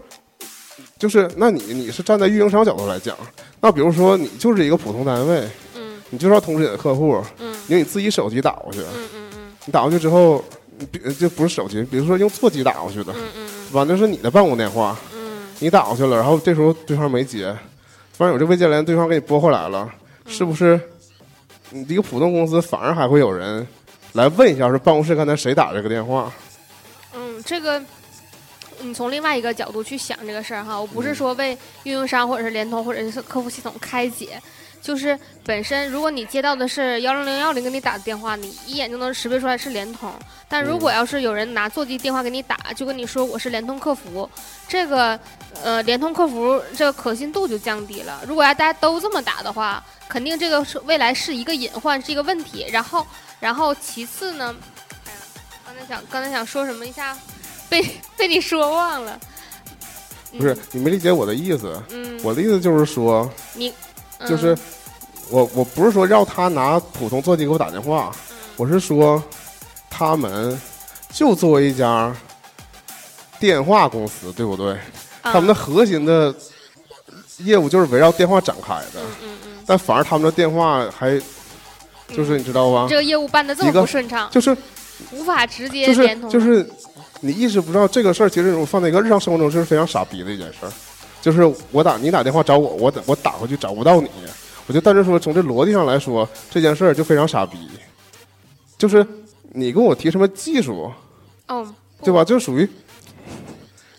就是那你你是站在运营商角度来讲，那比如说你就是一个普通单位，
嗯
你就是要通知你的客户，
嗯
用你自己手机打过去，
嗯嗯嗯
你打过去之后，你比就不是手机，比如说用座机打过去的，
嗯嗯
反正是你的办公电话，
嗯
你打过去了，然后这时候对方没接，反正有这未接来电，对方给你拨回来了，
嗯
是不是？你一个普通公司反而还会有人来问一下，说办公室刚才谁打这个电话？
嗯，这个。你从另外一个角度去想这个事儿哈，我不是说为运营商或者是联通或者是客服系统开解，就是本身如果你接到的是幺零零幺零给你打的电话，你一眼就能识别出来是联通。但如果要是有人拿座机电话给你打，就跟你说我是联通客服，这个呃联通客服这个可信度就降低了。如果要大家都这么打的话，肯定这个是未来是一个隐患，是一个问题。然后然后其次呢，哎呀，刚才想刚才想说什么一下。被 被你说忘了。嗯
不是，你没理解我的意思。
嗯，
我的意思就是说，
你嗯
就是我我不是说让他拿普通座机给我打电话，
嗯
我是说他们就作为一家电话公司，对不对？他们的
的
核心的业务就是围绕电话展开的，
嗯嗯嗯，
但反而他们的电话还就是你知道吧
这？个业务办的这
一
么
个
不顺畅，
就是
无法直接
就是
联通，
就是你意识不到这个事儿，其实我放在一个日常生活中是非常傻逼的一件事儿。就是我打你打电话找我，我打我打回去找不到你，我就单纯说从这逻辑上来说，这件事儿就非常傻逼。就是你跟我提什么技术，
哦，
对吧？就属于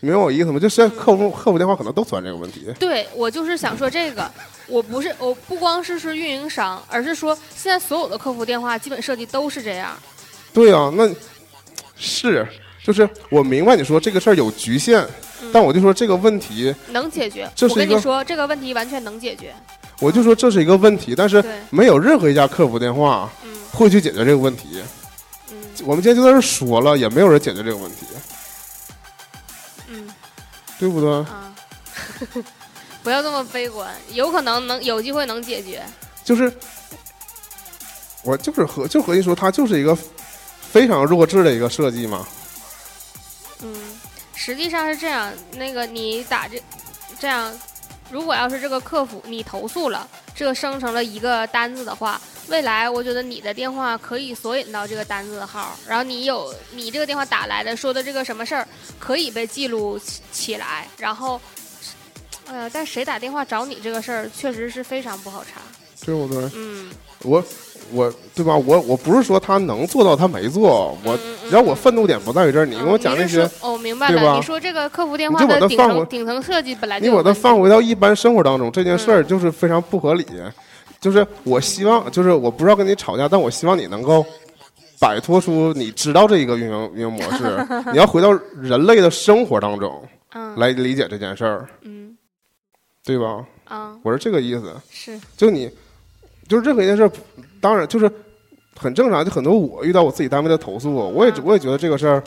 你明白我意思吗？就现在客服客服电话可能都存在这个问题。
对我就是想说这个，我不是我不光是是运营商，而是说现在所有的客服电话基本设计都是这样。
对啊，那是就是我明白你说这个事儿有局限，但我就说这个问题，
能解决，
这
我
是一
跟
个
你说，这个问题完全能解决。
我就说这是一个问题，但是
对
没有任何一家客服电话
嗯
会去解决这个问题。
嗯
我们今天就在这儿说了，也没有人解决这个问题，
嗯
对不对？
啊，不要这么悲观，有可能能有机会能解决。
就是我就是和就和你说，它就是一个非常弱智的一个设计嘛。
嗯，实际上是这样，那个你打这这样，如果要是这个客服你投诉了，这个生成了一个单子的话，未来我觉得你的电话可以索引到这个单子的号，然后你有你这个电话打来的说的这个什么事儿，可以被记录起起来，然后。呃，但谁打电话找你这个事儿，确实是非常不好查。
对不对？
嗯，
我我对吧？我我不是说他能做到，他没做。我
嗯嗯
然后我愤怒点不在于这儿，你给我讲这
那
些，
哦，明白
对吧
了。你说这个客服电
你
话
就把它
顶
放回
层顶层设计本来就
你把
有
它
问题
放回到一般生活当中，这件事儿
嗯
就是非常不合理。就是我希望，就是我不知道跟你吵架，但我希望你能够摆脱出你知道这一个运营运营模 式，你要回到人类的生活当中
嗯
来理解这件事儿，
嗯
对吧？
啊
我是这个意思。
是
就你，就是任何一件事儿，当然就是很正常。就很多我遇到我自己单位的投诉，我也我也觉得这个事儿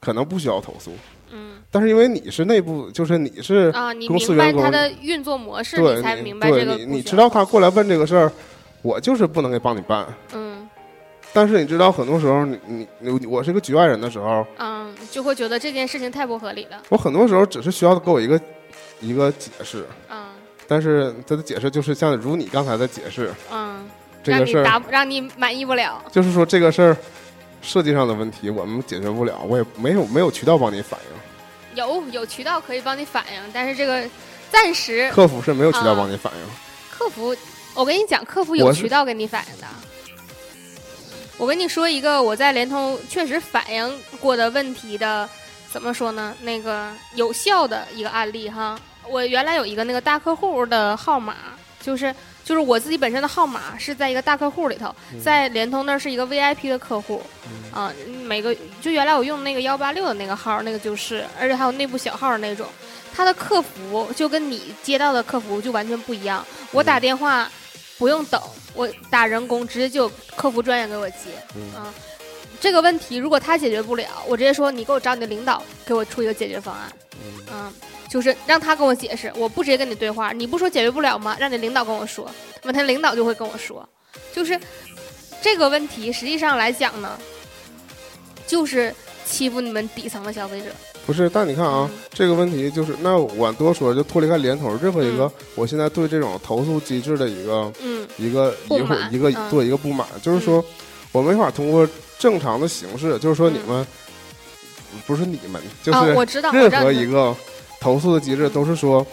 可能不需要投诉，
嗯。
但是因为你是内部，就是你 是
啊，你
公司
明白
员工
它的运作模式，
对，
你才
你
明白
对
这个
你
故
你
事
知道他过来问这个事儿，我就是不能给帮你办。
嗯
但是你知道，很多时候你你你我是个局外人的时候，
嗯，就会觉得这件事情太不合理了。
我很多时候只是需要给我一个一个解释，
嗯
但是他的解释就是像如你刚才的解释，
嗯，
这个事
让你
儿
达不让你满意不了。
就是说这个事儿设计上的问题我们解决不了，我也没有没有渠道帮你反映，
有有渠道可以帮你反映，但是这个暂时
客服是没有渠
呃
道帮你反映，
客服，我跟你讲，客服
我
有
是
渠道给你反映的。我跟你说一个我在联通确实反映过的问题的，怎么说呢？那个有效的一个案例哈。我原来有一个那个大客户的号码，就是就是我自己本身的号码是在一个大客户里头，
嗯
在联通那儿是一个 VIP 的客户，啊、每个就原来我用那个幺八六的那个号，那个就是，而且还有内部小号的那种，他的客服就跟你接到的客服就完全不一样。我打电话不用等，我打人工直接就有客服专员给我接。
嗯
啊，这个问题如果他解决不了，我直接说你给我找你的领导给我出一个解决方案。嗯，就是让他跟我解释，我不直接跟你对话。你不说解决不了吗？让你领导跟我说，那他领导就会跟我说，就是这个问题实际上来讲呢，就是欺负你们底层的消费者。
不是，但你看啊，这个问题就是，那我多说，就脱离开联通任何一个，我现在对这种投诉机制的一个
嗯
一个
不
一会
满
一个
嗯
做一个不满，就是说我没法通过正常的形式，就是说你们不是你们，就
嗯啊，
是
我知道，我知
任
道
何
你
一个投诉的机制都是说。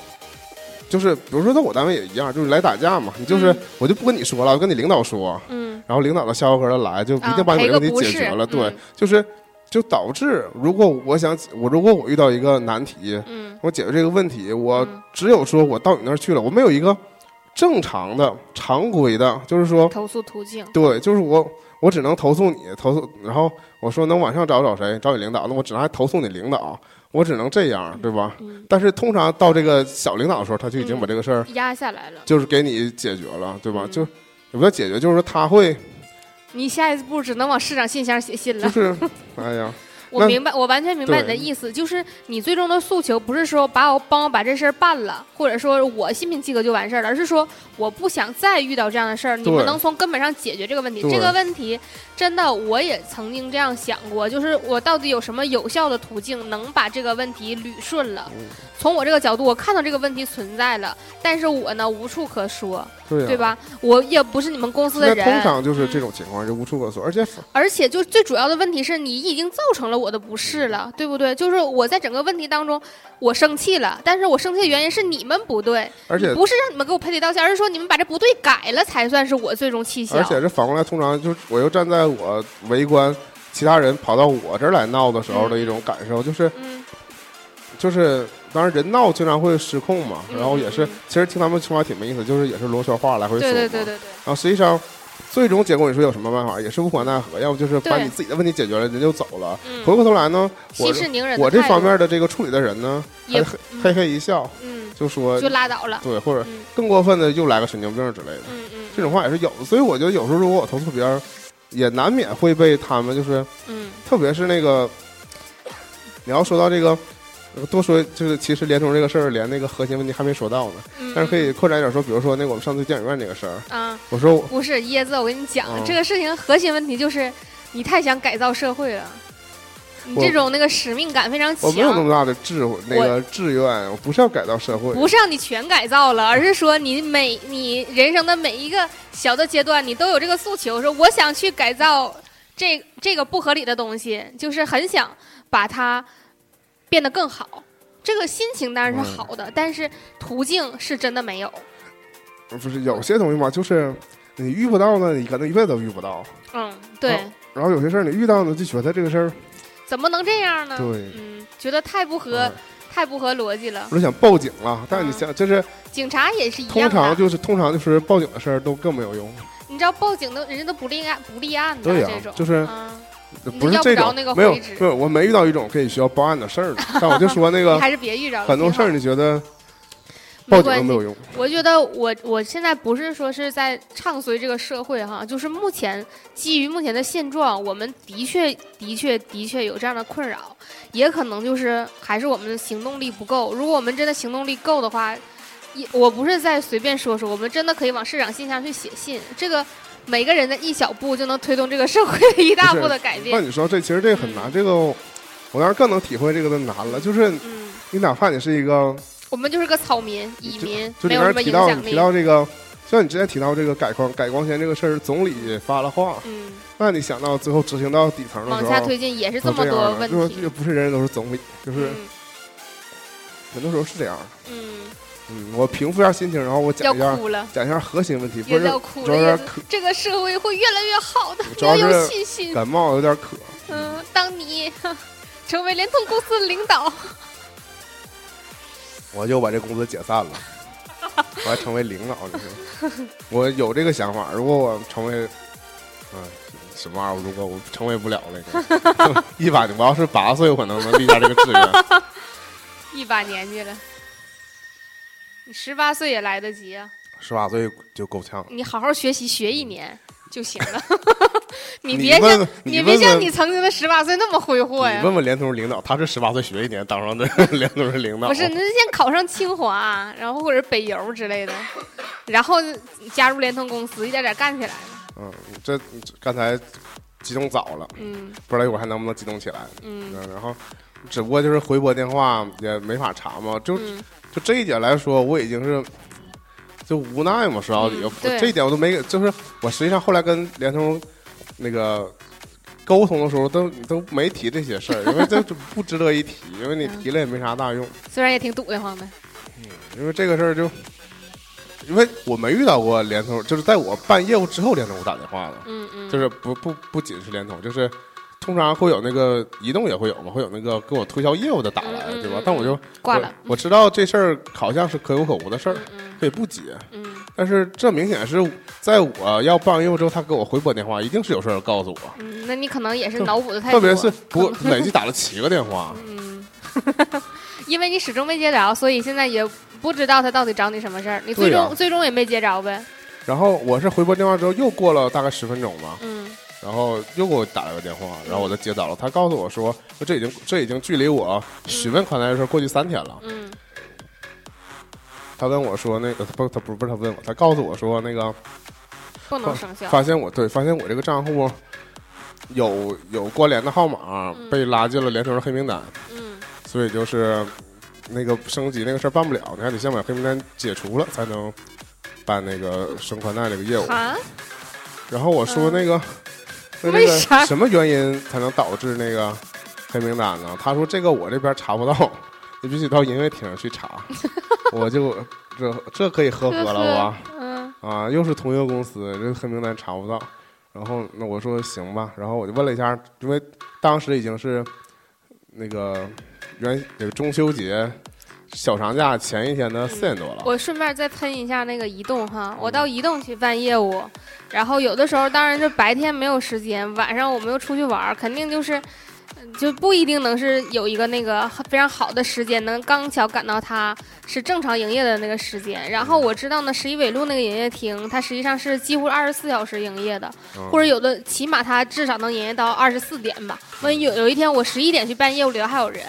就是比如说在我单位也一样，就是来打架嘛，你就是、
嗯
我就不跟你说了，我跟你领导说，
嗯
然后领导的下回合的来，就一
啊
定把你
赔
这
个
问题
不
解
是
决了。对
嗯，
就是就导致如果我想我如果我遇到一个难题，
嗯
我解决这个问题，我
嗯
只有说我到你那儿去了，我没有一个正常的、常规的，就是说，
投诉途径，
对，就是我我只能投诉你，投诉，然后我说能往上找找谁，找你领导，那我只能还投诉你领导，我只能这样，对吧？
嗯，
但是通常到这个小领导的时候，他就已经
嗯
把这个事儿
压下来了。
就是给你解决了，对吧？
嗯
就也不叫解决，就是说他会，
你下一步只能往市长信箱写信
就
了。
是，哎呀，
我
那
明白，我完全明白你的
对
意思，就是你最终的诉求不是说把我帮我把这事儿办了，或者说我心平气和就完事儿了，而是说我不想再遇到这样的事儿，你们
对
能从根本上解决这个问题。
对
这个问题真的我也曾经这样想过，就是我到底有什么有效的途径能把这个问题捋顺了？
嗯
从我这个角度，我看到这个问题存在了，但是我呢无处可说，
对呀、啊
对？啊吧？我也不是你们公司
那
的人，
通常就是
嗯
这种情况就无处可说，而且
而且就最主要的问题是你已经造成了我的不适
嗯
了，对不对？就是我在整个问题当中，我生气了，但是我生气的原因是你们不对，
而且
不是让你们给我赔礼道歉，而是说你们把这不对改了才算是我最终气消。
而且这反过来，通常就是我又站在我围观其他人跑到我这儿来闹的时候的一种感受，就是
嗯，
就是，当然人闹经常会失控嘛，
嗯
然后也是
嗯，
其实听他们说话挺没意思，就是也是螺旋话来回说
对
嘛，
对对对对，
然后实际上。最终结果，你说有什么办法？也是无可奈何，要不就是把
对
你自己的问题解决了，人就走了。回
嗯，
过头来呢，
息
我
事宁人的
我这
态
方
度
面的这个处理的人呢，
也
还嘿嘿一笑，
嗯，
呃就说
就拉倒了。
对，或者
嗯
更过分的又来个神经病之类的。
嗯嗯
这种话也是有的，所以我觉得有时候如果我投诉别人，也难免会被他们就是，
嗯，
特别是那个，你要说到这个，呃多说就是其实联通这个事儿，连那个核心问题还没说到呢，
嗯
但是可以扩展一点说，比如说那个我们上次电影院这个事儿，
啊，
我说我
不是椰子，我跟你讲，
嗯
这个事情核心问题就是你太想改造社会了，你
我
这种那个使命感非常强。
我没有那么大的智慧，那个志愿，我不是要改造社会，
不是让你全改造了，而是说你每你人生的每一个小的阶段，你都有这个诉求，说我想去改造这这个不合理的东西，就是很想把它变得更好。这个心情当然是好的，但是途径是真的没有。
不是有些东西嘛，就是你遇不到呢，你可能一辈子都遇不到，
嗯，对，
啊然后有些事儿你遇到呢，就觉得这个事儿，
怎么能这样呢？
对
嗯，觉得太不合、
嗯
太不合逻辑了
我。就想报警了，但是你
嗯
想就是
警察也是一
通
样
常
的，
就是通常就是报警的事儿都更没有用。
你知道报警都人家都不立案不立案的
对呀
这种，
就是
嗯你
不是
要不
这
着
种
那个
没有
灰纸
没有，我没遇到一种可以需要报案的事儿的。但我就说那个
你还是别遇着了，
呃很多
挺
事
好
儿，你觉得报
没
警
关
都
系
没有用，
我觉得我我现在不是说是在唱衰这个社会哈，就是目前基于目前的现状，我们的确的确的确有这样的困扰，也可能就是还是我们的行动力不够。如果我们真的行动力够的话，也我不是在随便说说，我们真的可以往市长信箱去写信，这个每个人的一小步就能推动这个社会的一大
不是
步的改
那
变。
你说这其实这个很难，这个我当时更能体会这个的难了。就是
嗯，
你哪怕你是一个，
我们就是个草民、蚁民，
就里
没有什
面
么
提
影
到
响
你
力
提。到这个，像你之前提到这个改光改光纤这个事儿，总理发了话，
嗯，
那你想到最后执行到底层的
往
时
下
候
推。进也是
都
这么
样
多
的
问
就是
题
这。不是人人都是总理，就是
嗯
很多时候是这样的。
嗯。
嗯，我平复一下心情，然后我
要
讲一下
哭了，
讲一下核心问题，不
也
是
要哭
主
了。
要是
也是
可
这个社会会越来越好的，
主
我
要是
有信心。
感冒有点渴，
嗯，当你 呵成为联通公司的领导，
我就把这公司解散了，我还成为领导了。我有这个想法，如果我成为，嗯，什么玩意儿？如果我成为不了那个， 一把我要是八岁，我可能能立下这个志愿。
一把年纪了，你十八岁也来得及啊！
十八岁就够呛。
你好好学习，学一年就行了。你
你
别
问
像
问
你
你
别
问
像
问
你曾经的十八岁那么啊挥霍呀
你！问问联通领导，他是十八岁学一年当上的 联通的领导，
不是，你先考上清华，然后或者北邮之类的，然后加入联通公司，一点点干起来了。
嗯，这这刚才激动早了，
嗯
不知道一会儿还能不能激动起来。
嗯
嗯，然后只不过就是回拨电话也没法查嘛，就、
嗯
就这一点来说，我已经是就无奈嘛，说到底，
嗯
我
对
这一点我都没给，就是我实际上后来跟联通那个沟通的时候都都没提这些事儿，因为这这不值得一提，因为你
嗯
提了也没啥大用，
虽然也挺堵得慌的。
因为这个事儿就。因为我没遇到过联通，就是在我办业务之后联通给我打电话的，
嗯嗯。
就是不不不仅是联通，就是通常会有那个移动也会有嘛，会有那个给我推销业务的打来，
嗯嗯
对吧
嗯？
但我就
挂
我
了
我知道这事儿好像是可有可无的事儿，
嗯
可以不接。
嗯
但是这明显是在我要办完业务之后，他给我回拨电话，一定是有事儿告诉我。
嗯，那你可能也是脑补的太
特
多，
别是不累计打了七个电话，
嗯，因为你始终没接着，所以现在也不知道他到底找你什么事儿，你最
对呀
终、最终也没接着呗，
然后我是回拨电话之后又过了大概十分钟吧，
嗯
然后又给我打了个电话，然后我就接到了，他告诉我说这已经这已经距离我询问款待的事儿过去三天了。
嗯
他问我说那个他不他不是不是他问我，他告诉我说那个
不能生效，
发现我对发现我这个账户有有关联的号码
嗯
被拉进了联通的黑名单，
嗯
所以就是那个升级那个事儿办不了，你还得先把黑名单解除了才能办那个升宽带这个业务。
啊，
然后我说
嗯
那个， 那
为
那
啥
个什么原因才能导致那个黑名单呢？他说这个我这边查不到，你必须到音乐厅去 查。我就这这可以合格了吧？
嗯
啊，又是同一个公司，这黑名单查不到。然后那我说行吧，然后我就问了一下，因为当时已经是那个元那个中秋节小长假前一天的四点多了。
嗯我顺便再喷一下那个移动哈，我到移动去办业务，然后有的时候当然是白天没有时间，晚上我们又出去玩儿，肯定就是。嗯就不一定能是有一个那个非常好的时间，能刚巧赶到它是正常营业的那个时间。然后我知道呢，十一纬路那个营业厅，它实际上是几乎二十四小时营业的，
嗯
或者有的起码它至少能营业到二十四点吧。万一有有一天我十一点去办业务，里头还有人，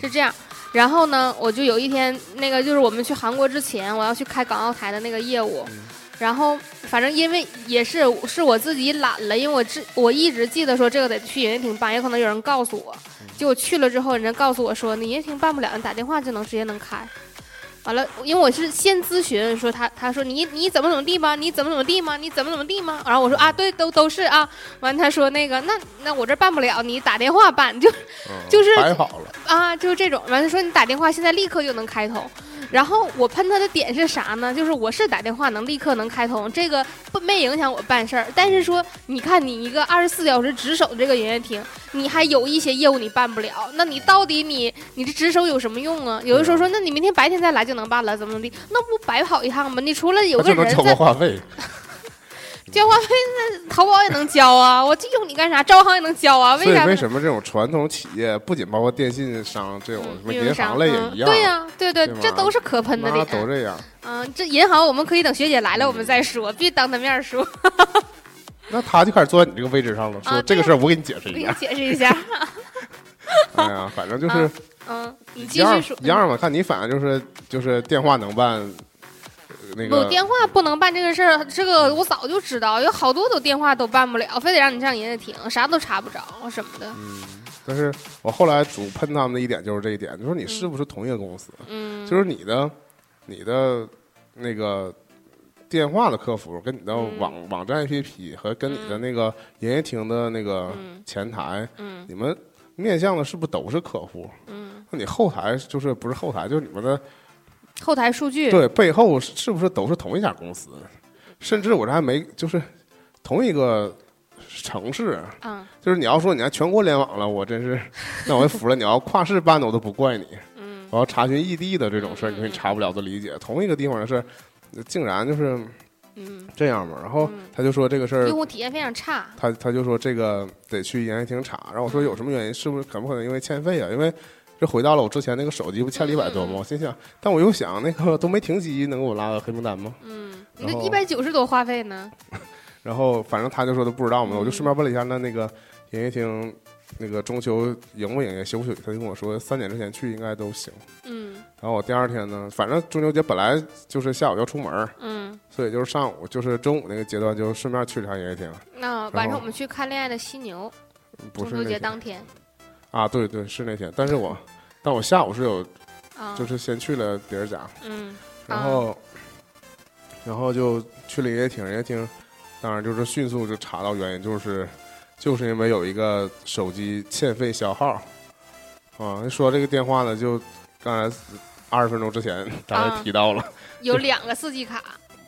是这样。然后呢，我就有一天，那个就是我们去韩国之前，我要去开港澳台的那个业务，
嗯
然后反正因为也是是我自己懒了，因为我知我一直记得说这个得去营业厅办，也可能有人告诉我，
嗯
结果去了之后，人家告诉我说你营业厅办不了，你打电话就能直接能开。完了，因为我是先咨询，说他他说你你怎么怎么地吗？你怎么怎么地吗？你怎么怎么地吗？然后我说啊，对，都都是啊。完他说那个那那我这办不了，你打电话办，就
嗯
就是
白跑了，
啊，就是这种。完了说你打电话现在立刻就能开通，然后我喷他的点是啥呢？就是我是打电话能立刻能开通，这个不没影响我办事儿。但是说你看你一个二十四小时值守的这个营业厅，你还有一些业务你办不了，那你到底你你这值守有什么用啊？有的时候说那你明天白天再来就能办了，怎么怎么地，那不白跑一趟吗？你除了有
他
个
就能
人
交个
在
话费。
交话费，那淘宝也能交啊，我就用你干啥？招行也能交啊，为
所以
啥不
为
能？
什么这种传统企业，不仅包括电信商这种什么
运营
银
商
行类也
嗯
一样，
对呀、对对
对吧
这都是可喷的
妈
点。
都这样。
嗯，这银行我们可以等学姐来了我们再
嗯
说，别当她面儿说。
那他就开始坐在你这个位置上了，说
啊
这个
对
事儿我给你解释
我
一
给
下
你。解释 一下，
哎呀，反正就是
啊嗯，你
一
继
样
续说。
一样吧。看你反正就是就是电话能办，呃那
我
个
电话不能办这个事儿，这个我早就知道，有好多都电话都办不了，非得让你上营业厅，啥都查不着什么的。
嗯。但是我后来主喷他们的一点就是这一点，就说你是不是同一个公司？
嗯，
就是你的你的那个电话的客服，跟你的
嗯
网、网站 APP 和跟你的那个营业厅的那个
嗯
前台，
嗯
你们面向的是不是都是客户？
嗯，
那你后台就是不是后台，就是你们的
后台数据，
对背后是是不是都是同一家公司？甚至我这还没就是同一个城市，
嗯
就是你要说你还全国联网了，我真是那我也服了。你要跨市办的我都不怪你，
嗯
我要查询异地的这种事儿，
嗯
你说你查不了都理解。同一个地方的事儿，竟然就是
嗯，
这样嘛。然后
嗯
他就说这个事儿
用，户体验非常差。
他他就说这个得去营业厅查。然后我说有什么原因？是不是可不可能因为欠费啊？因为这回到了我之前那个手机不欠了一百多吗？我心想，但我又想那个都没停机，能给我拉个黑名单吗？
嗯，你
然
这
后
一百九十多话费呢？
然后反正他就说他不知道
嗯
嘛，我就顺便问了一下，那那个营业厅那个中秋营不营业休不休息？他就跟我说三点之前去应该都行。
嗯
然后我第二天呢，反正中秋节本来就是下午要出门儿，
嗯，
所以就是上午就是中午那个阶段就顺便去了趟营业厅，
那晚上我们去看《恋爱的犀牛》，
不
中
是
秋
那
节
天
当天
啊，对对是那天，但是我但我下午是有
啊，
就是先去了别人家，
嗯
然后然后就去了营业厅，营业厅当然就是迅速就查到原因，就是就是因为有一个手机欠费小号啊，说这个电话呢就 刚才二十分钟之前大家
啊
提到了，
有两个四季卡。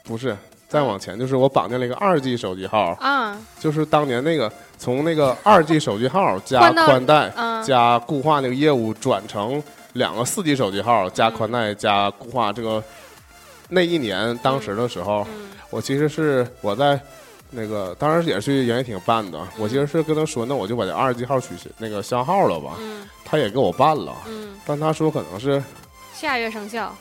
不是再往前就是我绑定了一个二 G 手机号，
啊，
就是当年那个从那个二 G 手机号加
换到
宽带
嗯
加固话那个业务转成两个四 G 手机号加宽带加固话这个那一年当时的时候，
嗯
我其实是我在那个当时也是去营业厅办的，
嗯
我其实是跟他说，那我就把这二 G 号取消那个消号了吧，
嗯
他也给我办了，
嗯，
但他说可能是
下月生效，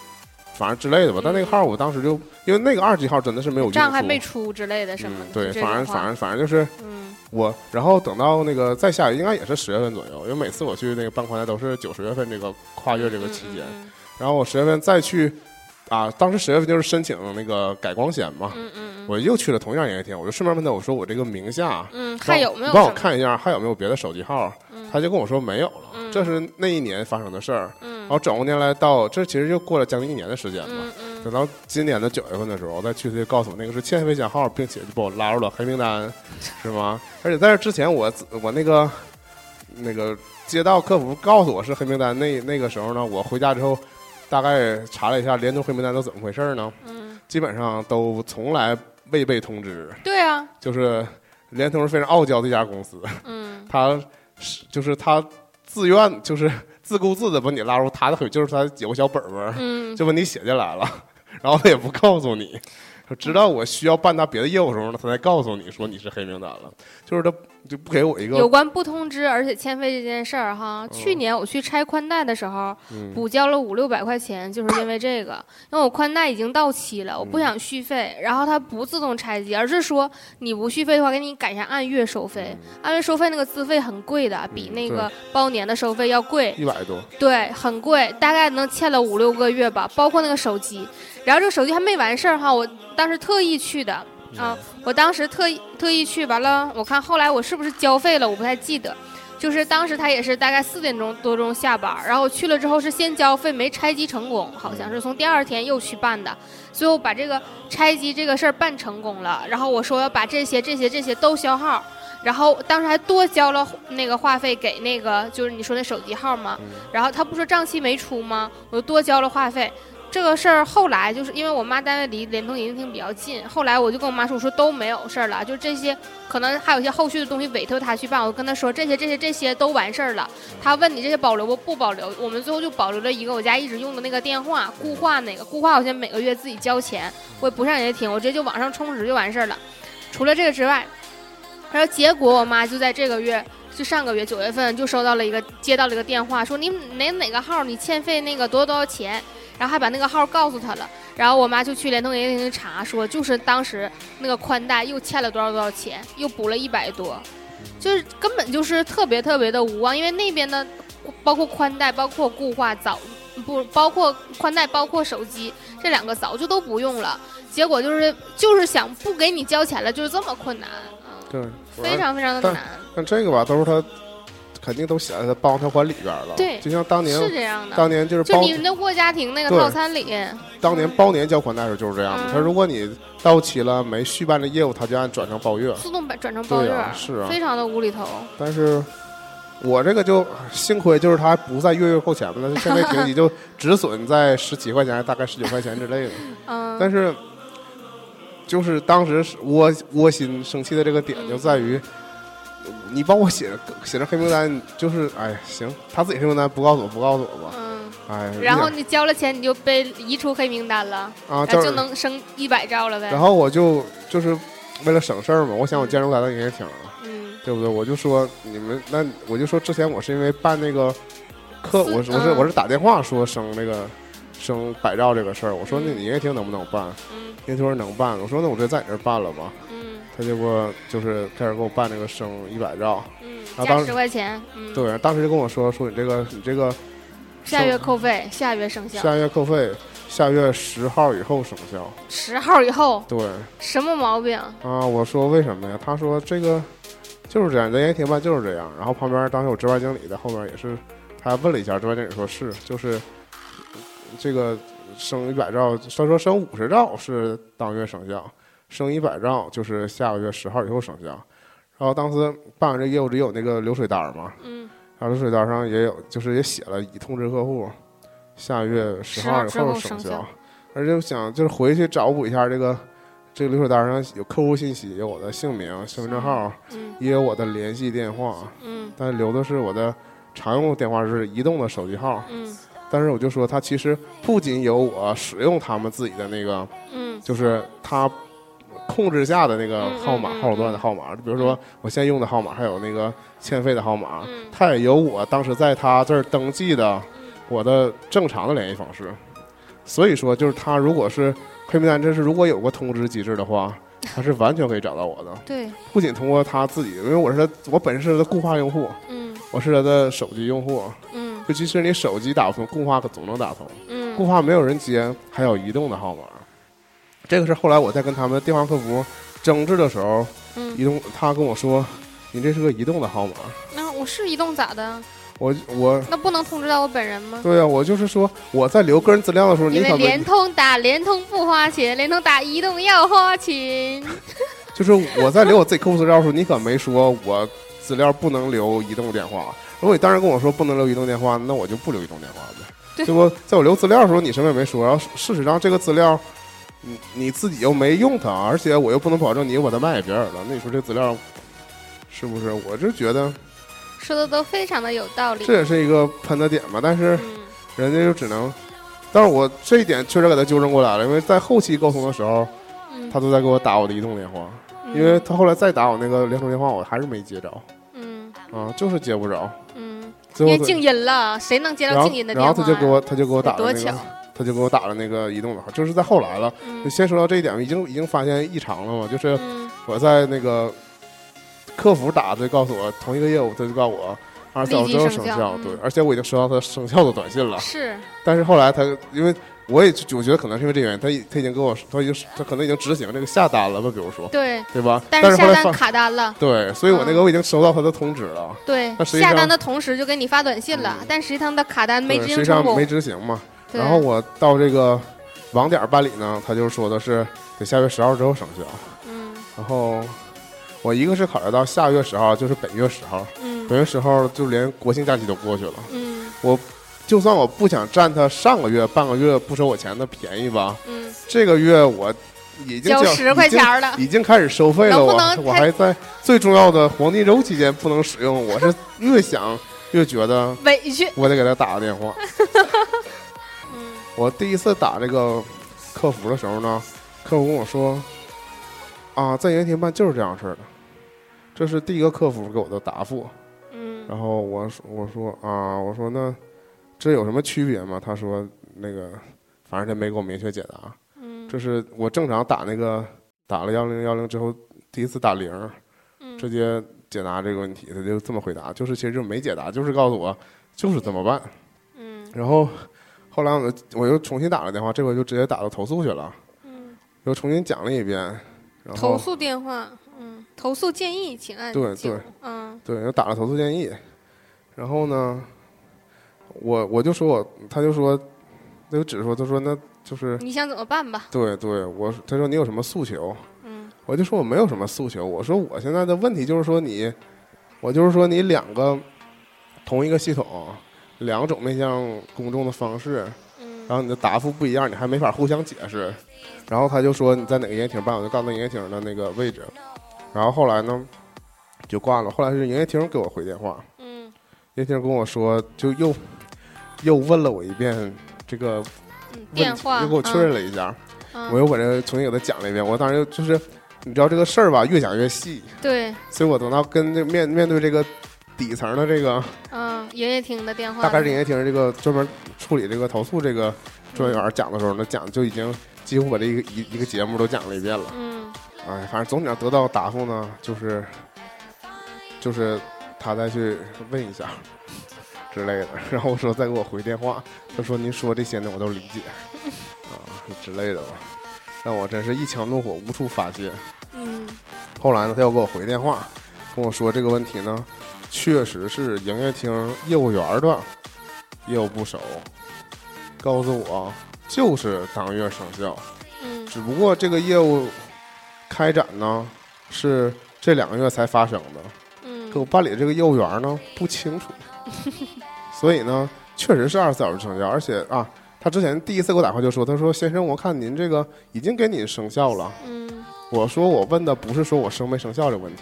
反正之类的吧，但那个号我当时就因为那个二 G 号真的是没有用处
账还没出之类的什么
嗯
的，
对，
就这
反正
种话
反正反正就是。
嗯
我，然后等到那个再下，应该也是十月份左右，因为每次我去那个办宽带都是九十月份这个跨越这个期间，
嗯
然后我十月份再去，啊，当时十月份就是申请那个改光纤嘛，
嗯嗯嗯
我又去了同样营业厅，我就顺便问他，我说我这个名下，
嗯，还有没有
你帮我
什么？
看一下还有没有别的手机号？
嗯
他就跟我说没有了，
嗯
这是那一年发生的事儿，然
嗯
后转过年来到这其实就过了将近一年的时间吧。
嗯嗯
等到今年的九月份的时候，我再去他就告诉我那个是欠费险号，并且就把我拉入了黑名单，是吗？而且在这之前我，我那个那个街道客服告诉我是黑名单，那那个时候呢，我回家之后大概查了一下联通黑名单都怎么回事呢？
嗯，
基本上都从来未被通知，
对啊，
就是联通是非常傲娇的一家公司，
嗯
他是就是他自愿就是自顾自的把你拉入他的黑，就是他有个小本本儿。
嗯
就把你写进来了，然后他也不告诉你，直到我需要办他别的业务的时候呢，他才告诉你说你是黑名单了，就是他就不给我一
有
个，
关不通知而且欠费这件事儿哈，去年我去拆宽带的时候，
嗯
补交了五六百块钱，就是因为这个，因为我宽带已经到期了，我
嗯
不想续费，然后它不自动拆机，而是说你不续费的话，给你改成按月收费，按月收费那个资费很贵的，比
嗯
那
对
个包年的收费要贵，
一百多，
对，很贵，大概能欠了五六个月吧，包括那个手机。然后这个手机还没完事儿哈，我当时特意去的
嗯
啊，我当时特意特意去，完了我看后来我是不是交费了，我不太记得。就是当时他也是大概四点钟多钟下班儿，然后我去了之后是先交费没拆机成功，好像是从第二天又去办的，最后把这个拆机这个事儿办成功了。然后我说要把这些这些这些都消号，然后当时还多交了那个话费给那个就是你说那手机号嘛，然后他不说账期没出吗？我就多交了话费。这个事儿后来就是因为我妈单位离联通营业厅比较近，后来我就跟我妈说，我说都没有事儿了，就这些可能还有一些后续的东西委托她去办。我跟她说这些这些这些都完事儿了。她问你这些保留不不保留？我们最后就保留了一个我家一直用的那个电话固话那个固话，我先每个月自己交钱，我也不上人家听，我直接就网上充值就完事儿了。除了这个之外，然后结果我妈就在这个月就上个月九月份就收到了一个接到了一个电话，说你哪哪个号你欠费那个多少多少钱，然后还把那个号告诉他了。然后我妈就去联通营业厅查，说就是当时那个宽带又欠了多少多少钱，又补了一百多，就是根本就是特别特别的无望，因为那边的包括宽带，包括固话早不包括宽带，包括手机这两个早就都不用了。结果就是就是想不给你交钱了，就是这么困难，嗯，
对，
非。常非常的
但
难。
但这个吧，都是他肯定都写在他帮他还里边了，
对
就像当年
是这样的，
当年就是
就
包
你那过家庭那个
对
套餐里，
当年包年交款那时候就是这样的，
嗯
他如果你到期了没续办这业务，他就按转成包月，
自动把转成包月
对
儿，
啊是啊
非常的无厘头。
但是。我这个就哎幸亏就是他不在月月扣钱了，就现在停机就止损在十七块钱，大概十九块钱之类的。
嗯，
但是，就是当时是窝窝心生气的这个点就在于，你帮我写写成黑名单，就是哎行，他自己黑名单不告诉我不告诉我吧，
嗯，
哎，
然后
一点
你交了钱，你就被移出黑名单了，
啊
然后
就，
就是能升一百兆了呗
然。后我就就是为了省事儿嘛，我想我既然我来到营业厅了，
嗯，
对不对？我就说你们那我就说之前我是因为办那个客，
是
我是我是
嗯
我是打电话说升那个升百兆这个事儿，我说
嗯
那你营业厅能不能办？
嗯
营业厅说能办，我说那我就在你这儿办了吧。
嗯
他就给我就是开始给我办这个升一百兆，
嗯，
后
加
啊当时
十块钱，嗯，
对，当时就跟我说说你这个你这个
下月扣费，下月生效，
下月扣费下月十号以后生效，
十号以后
对
什么毛病？
啊，我说为什么呀？他说这个就是这样，人家停办就是这样。然后旁边当时有值班经理在后面也是，他问了一下，值班经理说是就是这个升一百兆，他说升五十兆是当月生效，升一百兆就是下个月十号以后生效。然后当时办完这业务，只有那个流水单儿嘛，
嗯，
然后水单上也有，就是也写了已通知客户，下月十号以
10号之后
生
生效。
而且我想就是回去找补一下这个这个流水单上有客户信息，有我的姓名、身份证号，
嗯
也有我的联系电话，
嗯
但留的是我的常用电话，是移动的手机号。
嗯
但是我就说，它其实不仅有我使用他们自己的那个，
嗯
就是它控制下的那个
嗯嗯
号码、
嗯
号段的号码，比如说我现在用的号码，还有那个欠费的号码，
嗯
它也有我当时在他这儿登记的我的正常的联系方式。所以说，就是他如果是黑名单，这是如果有个通知机制的 话，他是完全可以找到我的。
对，
不仅通过他自己，因为我是他，我本身是他的固话用户，
嗯
我是他的手机用户，
嗯
就即使你手机打不通，固话可总能打通。固
嗯
话没有人接，还有移动的号码。这个是后来我在跟他们电话客服争执的时候，
嗯，
移动他跟我说：“你这是个移动的号码。
那我是移动咋的？
我”我
那不能通知到我本人吗？
对啊，我就是说我在留个人资料的时候，你
因为
可
联
能
通打联通不花钱，联通打移动要花钱。
就是我在留我自己客户资料的时候，你可没说我资料不能留移动电话。如果你当时跟我说不能留移动电话，那我就不留移动电话呗。
对
不？在我留资料的时候，你什么也没说。然后事实上，这个资料你你自己又没用它，而且我又不能保证你又把它卖给别人了。那你说这资料是不是？我就觉得
说的都非常的有道理。
这也是一个喷的点吧。但是
嗯
人家就只能，但是我这一点确实给他纠正过来了，因为在后期沟通的时候，
嗯，
他都在给我打我的移动电话，
嗯
因为他后来再打我那个联通电话，我还是没接着
嗯
啊，就是接不着。
嗯，因
最
为
后他
静音了，谁能接
然
到
后
静音的电
然
话
后
呀？
他就给我他就给我打了
多
那
巧
个。他就给我打了那个移动的号，就是在后来了。就
嗯
先说到这一点，已经已经发现异常了嘛，就是
嗯，
我在那个客服打，他就告诉我同一个业务，他就告诉我二十四小时之后
立即
生
生效
效，
嗯
对，而且我已经收到他生效的短信了。
是
但是后来他因为我也我觉得可能是因为这原因，他已他已经跟我他已经他可能已经执行这个下单了吧，比如说
对，
对吧？
但
但
是
后
下
来
单
发
卡单了。
对，所以我那个
嗯
我已经收到他的通知了，
对
那，实际
下
上嗯
单的同时就给你发短信了，但实际上的卡单嗯没
对
执
实际
行成
上
功
没。执行嘛。
对
然后我到这个网点办理呢，他就说的是得下月十号之后生效。
嗯
然后我一个是考虑到下月十号就是本月十号，
嗯
本月十号就连国庆假期都过去了，
嗯
我。就算我不想占他上个月半个月不收我钱的便宜吧，
嗯，
这个月我已经
交
交
十块钱儿了
已经，已经开始收费了。
能不
我
能
我
太
还在最重要的黄金周期间不能使用， 我是越想越觉得
委屈。
我得给他打个电 话。
嗯
我第一次打这个客服的时候呢，客服跟我说：“啊，在原停办就是这样式儿的。”这是第一个客服给我的答复。
嗯
然后我说我说啊，我说那这有什么区别吗？他说那个反正他没给我明确解答。
嗯
这是我正常打那个打了幺零幺零之后，第一次打零儿，
嗯
直接解答这个问题，他就这么回答，就是其实就没解答，就是告诉我就是这么办。
嗯
然后后来我就我又重新打了电话，这回就直接打到投诉去了，
嗯，
又重新讲了一遍，然
投
后
诉电话，嗯，投诉建议请按
对
九
对，
嗯
对又打了投诉建议，然后呢，我我就说我他就说，他就只说他说那就是
你想怎么办吧？
对对，我他说你有什么诉求？
嗯
我就说我没有什么诉求，我说我现在的问题就是说你，我就是说你两个同一个系统，两种面向公众的方式，
嗯
然后你的答复不一样，你还没法互相解释。然后他就说你在哪个营业厅办，我就告诉他营业厅的那个位置。然后后来呢，就挂了。后来是营业厅给我回电话，
嗯，
营业厅跟我说就又又问了我一遍这个
嗯
问
电
题
话
又给我确认了一下。
嗯
我又把这重新给他讲了一遍。我当时就是，你知道这个事儿吧，越讲越细，
嗯对，
所以我等到跟这面面对这个底层的这个，
嗯，营业厅的电话，
大概是营业厅这个专门处理这个投诉这个专员讲的时候，那讲就已经几乎把这一个一一个节目都讲了一遍了。
嗯
哎，反正总体上得到的答复呢，就是就是他再去问一下之类的， 然后说再给我回电话，他说您说这些呢我都理解啊之类的吧，让我真是一腔怒火无处发泄。
嗯
后来呢，他又给我回电话，跟我说这个问题呢，确实是营业厅业务员的业务不熟，告诉我就是当月生效，
嗯
只不过这个业务开展呢是这两个月才发生的，
嗯
给我办理这个业务员呢不清楚，所以呢，确实是二十四小时生效，而且啊，他之前第一次给我打电话就说，他说先生，我看您这个已经给您生效了。
嗯
我说我问的不是说我生没生效的问题，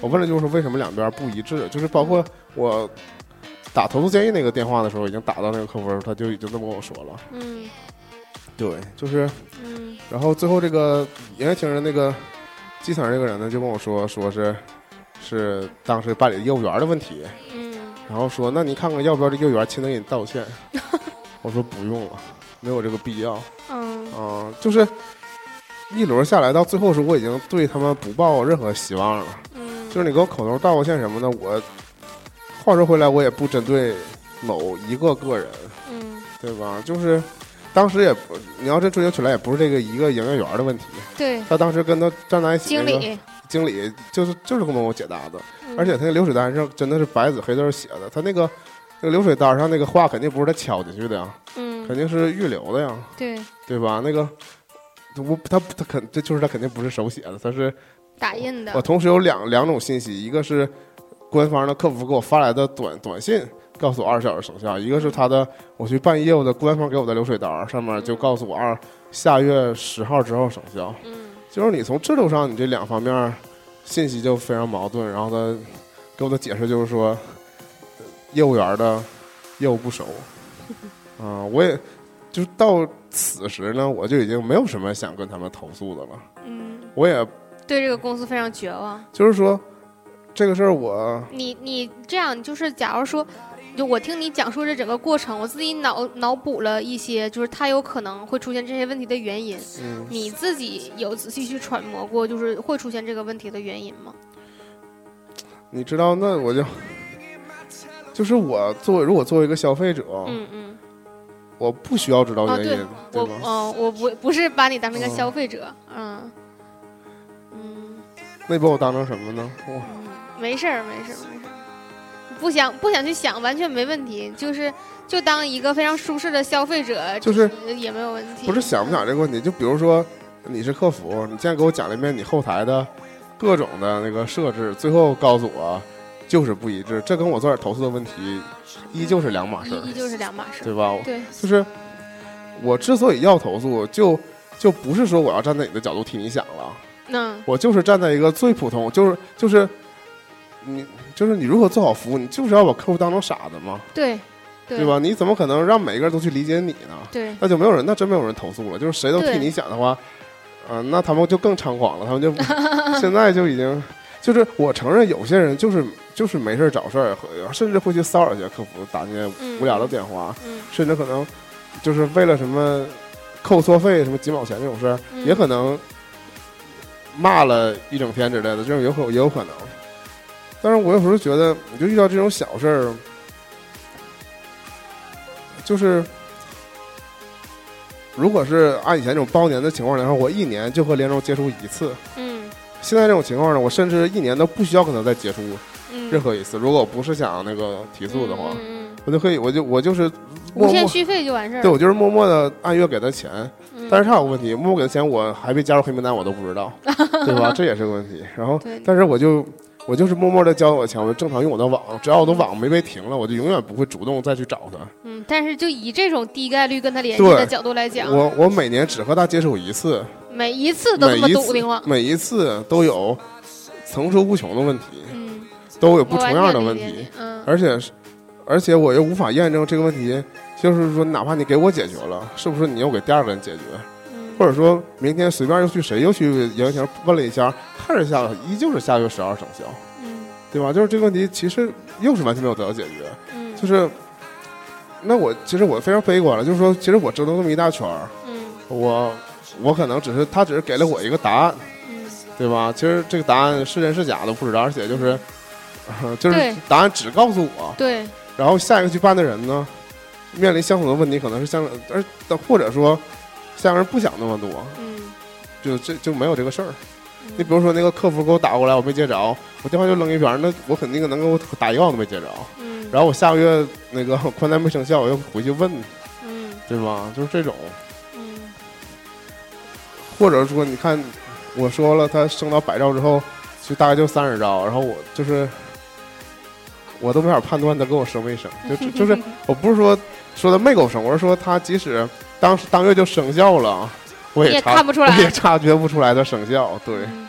我问的就是为什么两边不一致，就是包括我打投诉建议那个电话的时候，已经打到那个客服的时候，他就已经这么跟我说了。
嗯
对，就是
嗯
然后最后这个营业厅的那个基层这个人呢，就跟我说，说是是当时办理业务员的问题，
嗯，
然后说那你看看要不要这业务员亲自给你道歉。 我说不用了，没有这个必要。
嗯
嗯，就是一轮下来，到最后时候我已经对他们不抱任何希望了。
嗯，
就是你给我口头道个歉什么的，我话说回来，我也不针对某一个个人，
嗯，
对吧？就是当时也不，你要真追究起来，也不是这个一个营业员的问题。
对，
他当时跟他站在一起、
经，理，
经理就是就是跟我解答的，
嗯
而且他那流水单上真的是白纸黑字写的，他那个那个流水单上那个话肯定不是他敲进去的呀，肯
嗯，
定是预留的呀，
对，
对吧？那个我他他肯这就是他肯定不是手写的，他是
打印的
我，同时有两两种信息，一个是官方的客服给我发来的短短信，告诉我二十小时生效；一个是他的我去办业务的官方给我的流水单儿上面就告诉我二下月十号之后生效。
嗯
就是你从制度上，你这两方面儿信息就非常矛盾。然后他给我的解释就是说，呃业务员儿的业务不 熟，啊、我也就到此时呢，我就已经没有什么想跟他们投诉的了。
嗯，
我也
对这个公司非常绝望。
就是说，这个事儿我
你你这样就是，假如说，就我听你讲述这整个过程，我自己脑脑补了一些，就是他有可能会出现这些问题的原因。
嗯，
你自己有仔细去揣摩过，就是会出现这个问题的原因吗？
你知道，那我就就是我作为如果作为一个消费者，
嗯嗯，
我不需要知道
哦
原
对
因，
我
吧？
嗯我不不是把你当成一个
嗯
消费者，嗯嗯
那把我当成什么呢？我
嗯，没事儿没事儿没事儿，不想不想去想，完全没问题，就是就当一个非常舒适的消费者，
就是
也没有问题。
不是想不想这个问题，就比如说你是客服，你现在给我讲了一遍你后台的各种的那个设置，最后告诉我就是不一致，这跟我做点投诉的问题依旧是两码事儿
依，依旧是两码事儿。
对吧？
对，
就是我之所以要投诉，就就不是说我要站在你的角度替你想了，
那
我就是站在一个最普通，就是就是你就是你如何做好服务，你就是要把客户当成傻子嘛，
对对
对吧？你怎么可能让每个人都去理解你呢？
对
那就没有人，那真没有人投诉了。就是谁都替
对
你想的话，嗯、那他们就更猖狂了。他们就 现在就已经，就是我承认有些人就是就是没事儿找事儿，和甚至会去骚扰一些客服，打那些
嗯
无聊的电话，
嗯
甚至可能就是为了什么扣错费、什么几毛钱这种事儿，
嗯
也可能骂了一整天之类的，这种有可也有可能。但是我有时候觉得，我就遇到这种小事儿，就是如果是按以前这种包年的情况来说，我一年就和联州接触一次。
嗯
现在这种情况呢，我甚至一年都不需要跟他再接触
嗯，
任何一次。如果我不是想那个提诉的话，
嗯嗯嗯嗯
我就可以，我就我就是默
无限
默，
续费就完事儿了。
对我就是默默的按月给他钱。
嗯
但是他有个问题，默默给他钱，我还被加入黑名单，我都不 知道，对吧？这也是个问题。然后
对，
但是我就我就是默默的交我的钱，我就正常用我的网，只要我的网没被停了，我就永远不会主动再去找他。
嗯，但是就以这种低概率跟他联系
对
的角度来讲，
我我每年只和他接触一次，
每一次都
每
这么
一
笃
次
定了。
每一次都有层出不穷的问题，
嗯，
都有
我
不重
完
样
全
的
理
问
解
题
你，。嗯
而且是而且我又无法验证这个问题，就是说哪怕你给我解决了，是不是你又给第二个人解决？
嗯，
或者说明天随便又去谁又去营业厅问了一下，看着下依旧是下月十二生效，
嗯
对吧？就是这个问题其实又是完全没有得到解决，
嗯
就是。那我其实我非常悲观了，就是说，其实我折腾这么一大圈儿，
嗯
我我可能只是他只是给了我一个答案，
嗯
对吧？其实这个答案是真是假都不知道，而且就是， 呃就是
对
答案只告诉我，
对，
然后下一个去办的人呢，面临相同的问题，可能是相而呃或者说，下个人不想那么多，
嗯
就这就没有这个事儿。
嗯
你比如说那个客服给我打过来，我没接着，我电话就扔一边儿，那我肯定能给我打一个号都没接着。啊
嗯，
然后我下个月那个 宽带没生效，我又回去问，
嗯
对吧？就是这种，
嗯
或者说你看，我说了他升到百兆之后，就大概就三十兆，然后我就是我都没法判断他给我升没升，就就 就是我不是说说他没给我升，我是说他即使当时当月就生效了，我
你也
察
看不出来
我也察觉不出来它生效，对，
嗯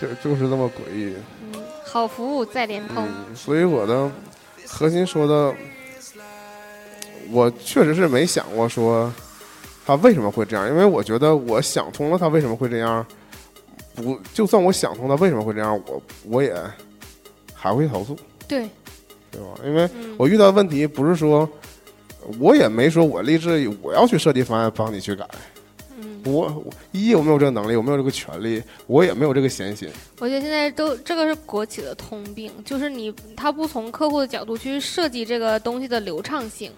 就就是这么诡异。
嗯，好服务在联通，
嗯，所以我的核心说的，我确实是没想过说他为什么会这样，因为我觉得我想通了他为什么会这样，不就算我想通他为什么会这样，我我也还会投诉，
对，
对吧？因为
嗯，
我遇到问题不是说。我也没说，我立志我要去设计方案帮你去改。
嗯，
我我一我没有这个能力，我没有这个权利，我也没有这个闲心。
我觉得现在都这个是国企的通病，就是你他不从客户的角度去设计这个东西的流畅性，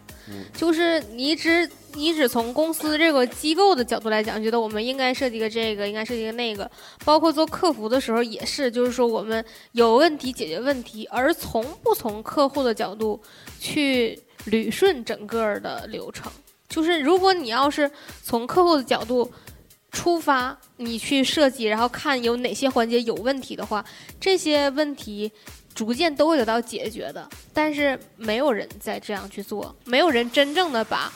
就是你只你只从公司这个机构的角度来讲，觉得我们应该设计个这个，应该设计个那个，包括做客服的时候也是，就是说我们有问题解决问题，而从不从客户的角度去捋顺整个儿的流程。就是如果你要是从客户的角度出发，你去设计，然后看有哪些环节有问题的话，这些问题逐渐都会得到解决的。但是没有人再这样去做，没有人真正的把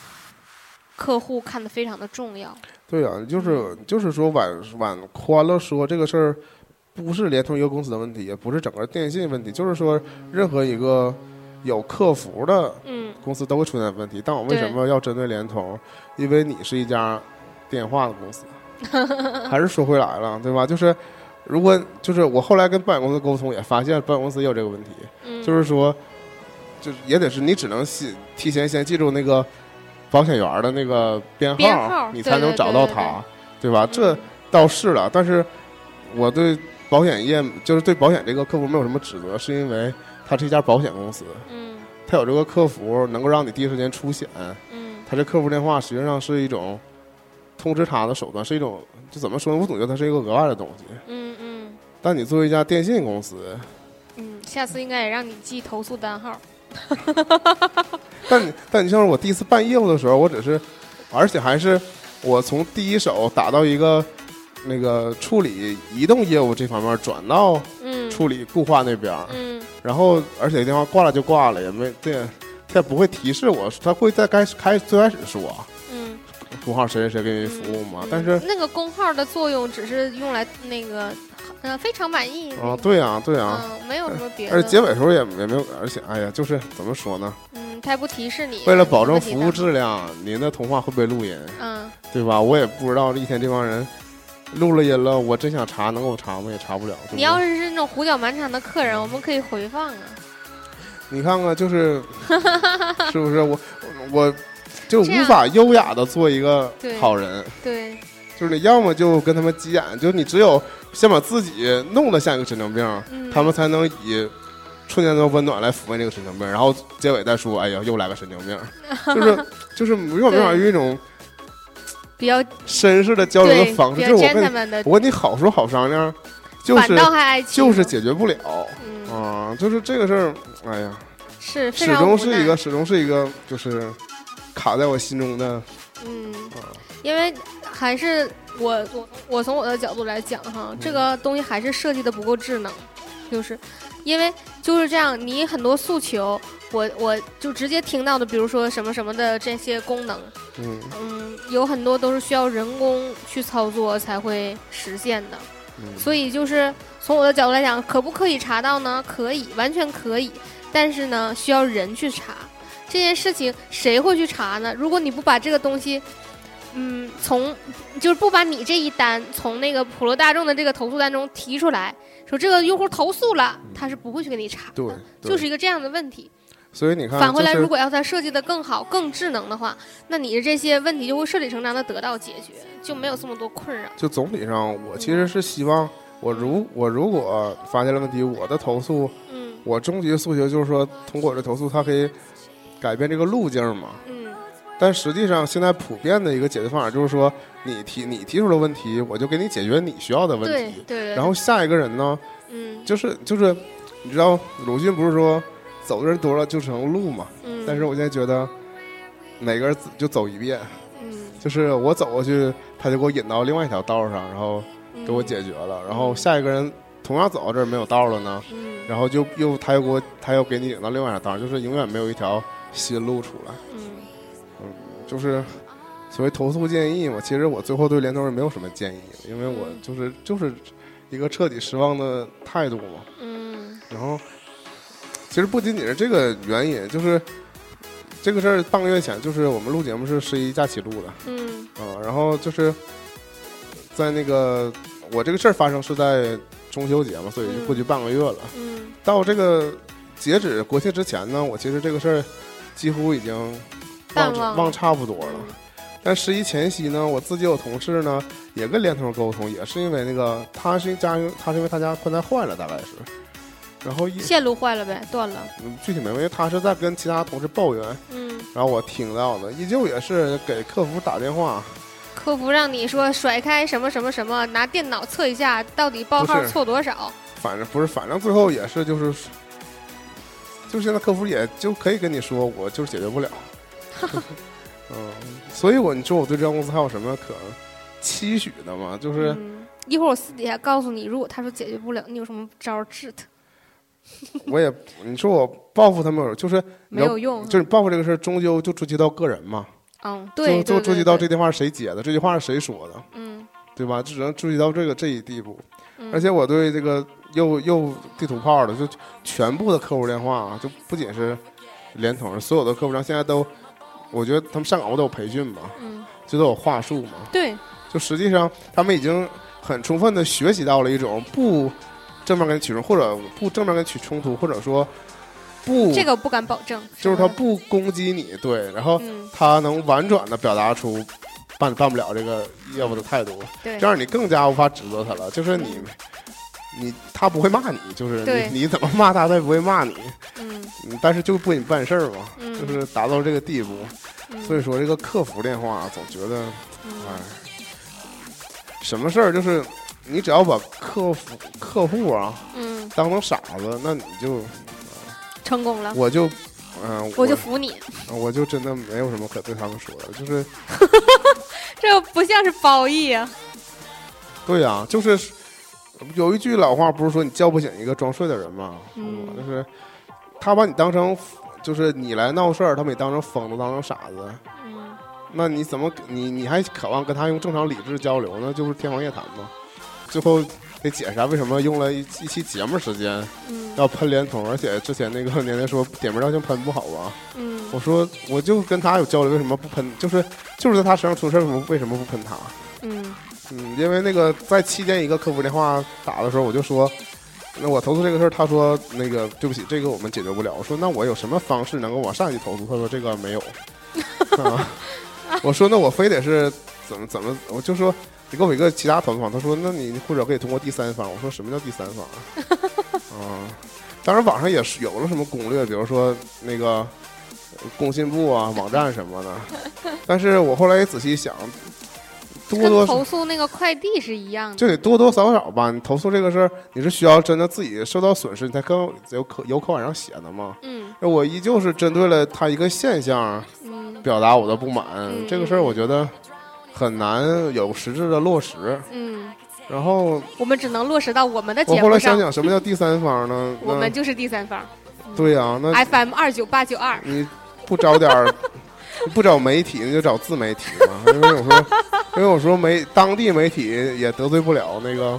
客户看得非常的重要。
对啊，就是就是说往往宽了说这个事儿，不是联通一个公司的问题，也不是整个电信问题，就是说任何一个有客服的
嗯，
公司都会出现问题。但我为什
对
么要针对联通？因为你是一家电话的公司。还是说回来了，对吧？就是如果就是我后来跟保险公司沟通，也发现保险公司也有这个问题，
嗯
就是说，就是也得是你只能先提前先记住那个保险员儿的那个编号，
编号
你
对
才能
对
找
对
到
对
他，对吧？这
嗯
倒是了，但是我对保险业就是对保险这个客服没有什么指责，是因为它是一家保险公司，
嗯
它有这个客服能够让你第一时间出险，
嗯
它这客服电话实际上是一种通知他的手段，是一种就怎么说呢？我总觉得它是一个额外的东西。
嗯嗯
但你作为一家电信公司，
嗯，下次应该也让你记投诉单号。
但你但你像是我第一次办业务的时候，我只是，而且还是我从第一手打到一个那个处理移动业务这方面，转到
嗯
处理固话那边儿，
嗯
然后而且电话挂了就挂了，也没对，他也不会提示我，他会在开始开最开始说
嗯，
工号谁谁谁给你服务嘛，
嗯
但是
那个工号的作用只是用来那个，呃，非常满意。
啊，对啊对啊，
嗯，没有什么别的。
而且结尾时候也也没有，而且哎呀，就是怎么说呢？
嗯，他也不提示你。
为了保证
问题
服
大
务质量，您的通话会不会录音？
嗯
对吧？我也不知道一天这帮人录了音了，我真想查，能给我查吗？也查不了。对不对
你要是是那种胡搅蛮缠的客人，我们可以回放啊。
你看看，就是 是不是我我就
这
无
样
法优雅的做一个
对
好人，
对，
就是你要么就跟他们急眼，就你只有先把自己弄得像一个神经病，
嗯
他们才能以瞬间的温暖来抚慰这个神经病，然后结尾再说，哎呀，又来个神经 病，就是就是没有办法
对
用一种
比较
绅士的交流
对
的方式，
比
就是
较
我跟你
gentleman 的，
我跟你好说好商量，就
反
是
倒还爱情
就是
呢
解决不了
嗯，
啊，就是这个事儿，哎呀，
是
始
非常无
终是一个
奈
始终是一个就是卡在我心中的，
嗯
啊，
因为还是我我我从我的角度来讲哈，这个
嗯
东西还是设计的不够智能，就是因为就是这样，你很多诉求，我我就直接听到的，比如说什么什么的这些功能，
嗯
嗯，有很多都是需要人工去操作才会实现的。
嗯，
所以就是从我的角度来讲，可不可以查到呢？可以，完全可以。但是呢，需要人去查这件事情，谁会去查呢？如果你不把这个东西，嗯，从就是不把你这一单嗯从那个普罗大众的这个投诉单中提出来，说这个用户投诉了，
嗯
他是不会去给你查
对
的，，就是一个这样的问题。
所以你看，
反回来，
就是
如果要它设计的更好、更智能的话，那你的这些问题就会顺理成章的得到解决，就没有这么多困扰。
就总体上，我其实是希望我如我如果发现了问题，我的投诉，
嗯
我终极的诉求就是说，通过我的投诉，它可以改变这个路径嘛。
嗯
但实际上，现在普遍的一个解决方法就是说，你提你提出了问题，我就给你解决你需要的问
对
题
对。对，
然后下一个人呢，
嗯
就是就是，你知道鲁迅不是说走的人多了就成路嘛？
嗯，
但是我现在觉得，每个人自就走一遍，
嗯
就是我走过去，他就给我引到另外一条道上，然后
嗯
给我解决了。然后下一个人同样走到这儿没有道了呢，
嗯
然后就又他又给我他又给你引到另外一条道，就是永远没有一条新路出来。
嗯
就是所谓投诉建议嘛，其实我最后对联通是没有什么建议，因为我
嗯
就是就是一个彻底失望的态度嘛。
嗯
然后，其实不仅仅是这个原因，就是这个事儿半个月前，就是我们录节目是十一假期录的，
嗯
啊，然后就是在那个我这个事儿发生是在中秋节嘛，所以就过去半个月了。
嗯
到这个截止国庆之前呢，我其实这个事儿几乎已经
淡
忘
忘了
忘差不多了。但十一前夕呢，我自己有同事呢也跟联通沟通，也是因为那个他是家他是因为他家宽带坏了，大概是，然后一
线路坏了呗，断了。
嗯具体没问，因为他是在跟其他同事抱怨，
嗯，
然后我听到的依旧也是给客服打电话，
客服让你说甩开什么什么什么，拿电脑测一下到底报号
不是
错多少。
反正不是，反正最后也是就是，就是现在客服也就可以跟你说，我就是解决不了。嗯，所以我你说我对这家公司还有什么可期许的吗？就是、
嗯，一会儿我私底下告诉你，如果他说解决不了，你有什么招儿治他？
我也你说我报复他们，就是
没有用。啊
就是报复这个事儿，终究就追及到个人嘛，
嗯，对，
就就
对
追及到，这
对对
电话是谁接的，这句话是谁说的，
嗯
对吧？就只能追及到这个这一地步。
嗯，
而且我对这个又又地图炮的，就全部的客户电话啊，就不仅是联通，所有的客户量现在都，我觉得他们上岗不都有培训嘛，
嗯，
就都有话术嘛，
对，
就实际上他们已经很充分的学习到了一种不正面跟你起冲突，或者不正面跟你起冲突，或者说不
这个我不敢保证。
就是他
吧，
不攻击你，对，然后
嗯，
他能婉转的表达出办办不了这个业务的态度，
对
这，样你更加无法指责他了。就是你，你他不会骂你，就是
对
你你怎么骂他，他也不会骂你。
嗯
嗯但是就不给你办事儿嘛，
嗯
就是达到这个地步。
嗯，
所以说这个客服电话总觉得，
嗯
哎，什么事儿就是你只要把客服客户啊
嗯，
当成傻子，那你就
成功了，
我就。嗯、
啊我就服你。
我我就真的没有什么可对他们说的，就是
这不像是褒义啊。
对呀、就是有一句老话，不是说你叫不醒一个装睡的人吗？
嗯
是吧就是他把你当成，就是你来闹事儿，他把你当成疯子，当成傻子，
嗯，
那你怎么你你还渴望跟他用正常理智交流呢？就是天方夜谭嘛。最后得解释啊下为什么用了一一期节目时间
嗯
要喷联通，而且之前那个年年说点名道姓喷不好啊，
嗯
我说我就跟他有交流，为什么不喷？就是就是在他身上出事儿，为什么为什么不喷他？
嗯
嗯，因为那个在期间一个客服电话打的时候，我就说，那我投诉这个事儿，他说那个对不起，这个我们解决不了。我说那我有什么方式能够往上去投诉？他说这个没有。 啊、我说那我非得是怎么怎么，我就说你给我一个其他投诉方。他说那你或者可以通过第三方。我说什么叫第三方？啊， 当然网上也是有了什么攻略，比如说那个呃工信部啊网站什么的。但是我后来也仔细想，多多
跟
少
投诉那个快递是一样的。
就得多多少少吧。你投诉这个事儿，你是需要真的自己受到损失，你才更有可有可往上写的嘛。
嗯
那我依旧是针对了他一个现象
嗯
表达我的不满，
嗯
这个事儿我觉得很难有实质的落实。
嗯，
然后
我们只能落实到我们的
我
节
后
目
来想
上。
想，什么叫第三方呢？
我
那
们哎就是第三方
对呀、那
，FM 二九八九二。
你不找点儿，你不找媒体，你就找自媒体嘛。因为我说，因为我说媒当地媒体也得罪不了那个，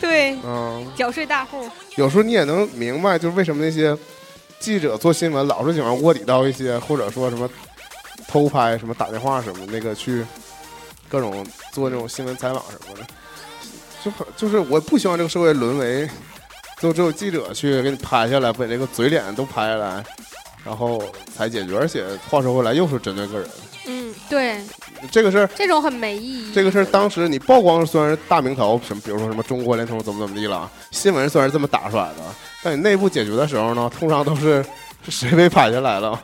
对，
嗯、
缴税大户。
有时候你也能明白，就是为什么那些记者做新闻老是喜欢卧底到一些，或者说什么偷拍、什么打电话什么那个去各种做那种新闻采访什么的，就很就是我不希望这个社会沦为就只有记者去给你拍下来，把你这个嘴脸都拍下来，然后才解决。而且话说回来，又是针对个人，
嗯，对，
这个事儿
这种很没意义。
这个事儿当时你曝光虽然是大名头，什么比如说什么中国联通怎么怎么地了，新闻虽然是这么打出来的，但你内部解决的时候呢，通常都是是谁被拍下来了，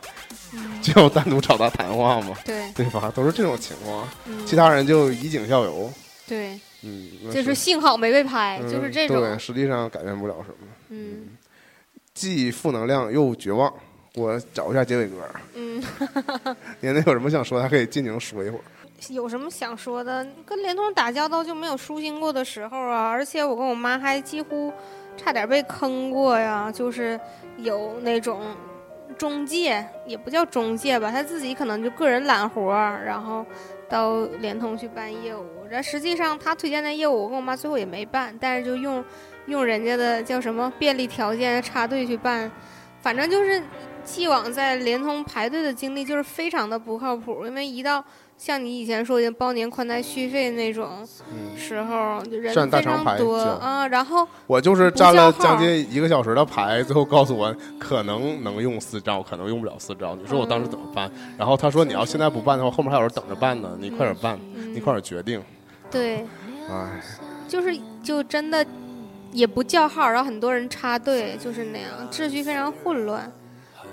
嗯
就单独找他谈话嘛，
对，
对吧？都是这种情况，
嗯
其他人就以儆效尤。
对，
嗯，那
就是幸好没被拍，
嗯
就是这种
对，。实际上改变不了什么，
嗯
既负能量又绝望。我找一下结尾歌，
嗯，
年年有什么想说，的，还可以尽情说一会儿。
有什么想说的？跟联通打交道就没有舒心过的时候啊！而且我跟我妈还几乎差点被坑过呀，就是有那种中介，也不叫中介吧，他自己可能就个人揽活儿，然后到联通去办业务。然后实际上他推荐的业务，我跟我妈最后也没办，但是就用用人家的叫什么便利条件插队去办，反正就是既往在联通排队的经历就是非常的不靠谱，因为一到像你以前说的包年宽带续费那种
嗯，
时候，就人
站大
非
长
常
排
多
叫
啊、然后
我就是
不
站
叫
了
号
将近一个小时的牌，最后告诉我可能能用私照，可能用不了私照。你说我当时怎么办？然后他说你要现在不办的话，后面还有人等着办呢，你快点办，
嗯
你快点决定。
对，
哎，
就是就真的也不叫号，然后很多人插队，就是那样，秩序非常混乱。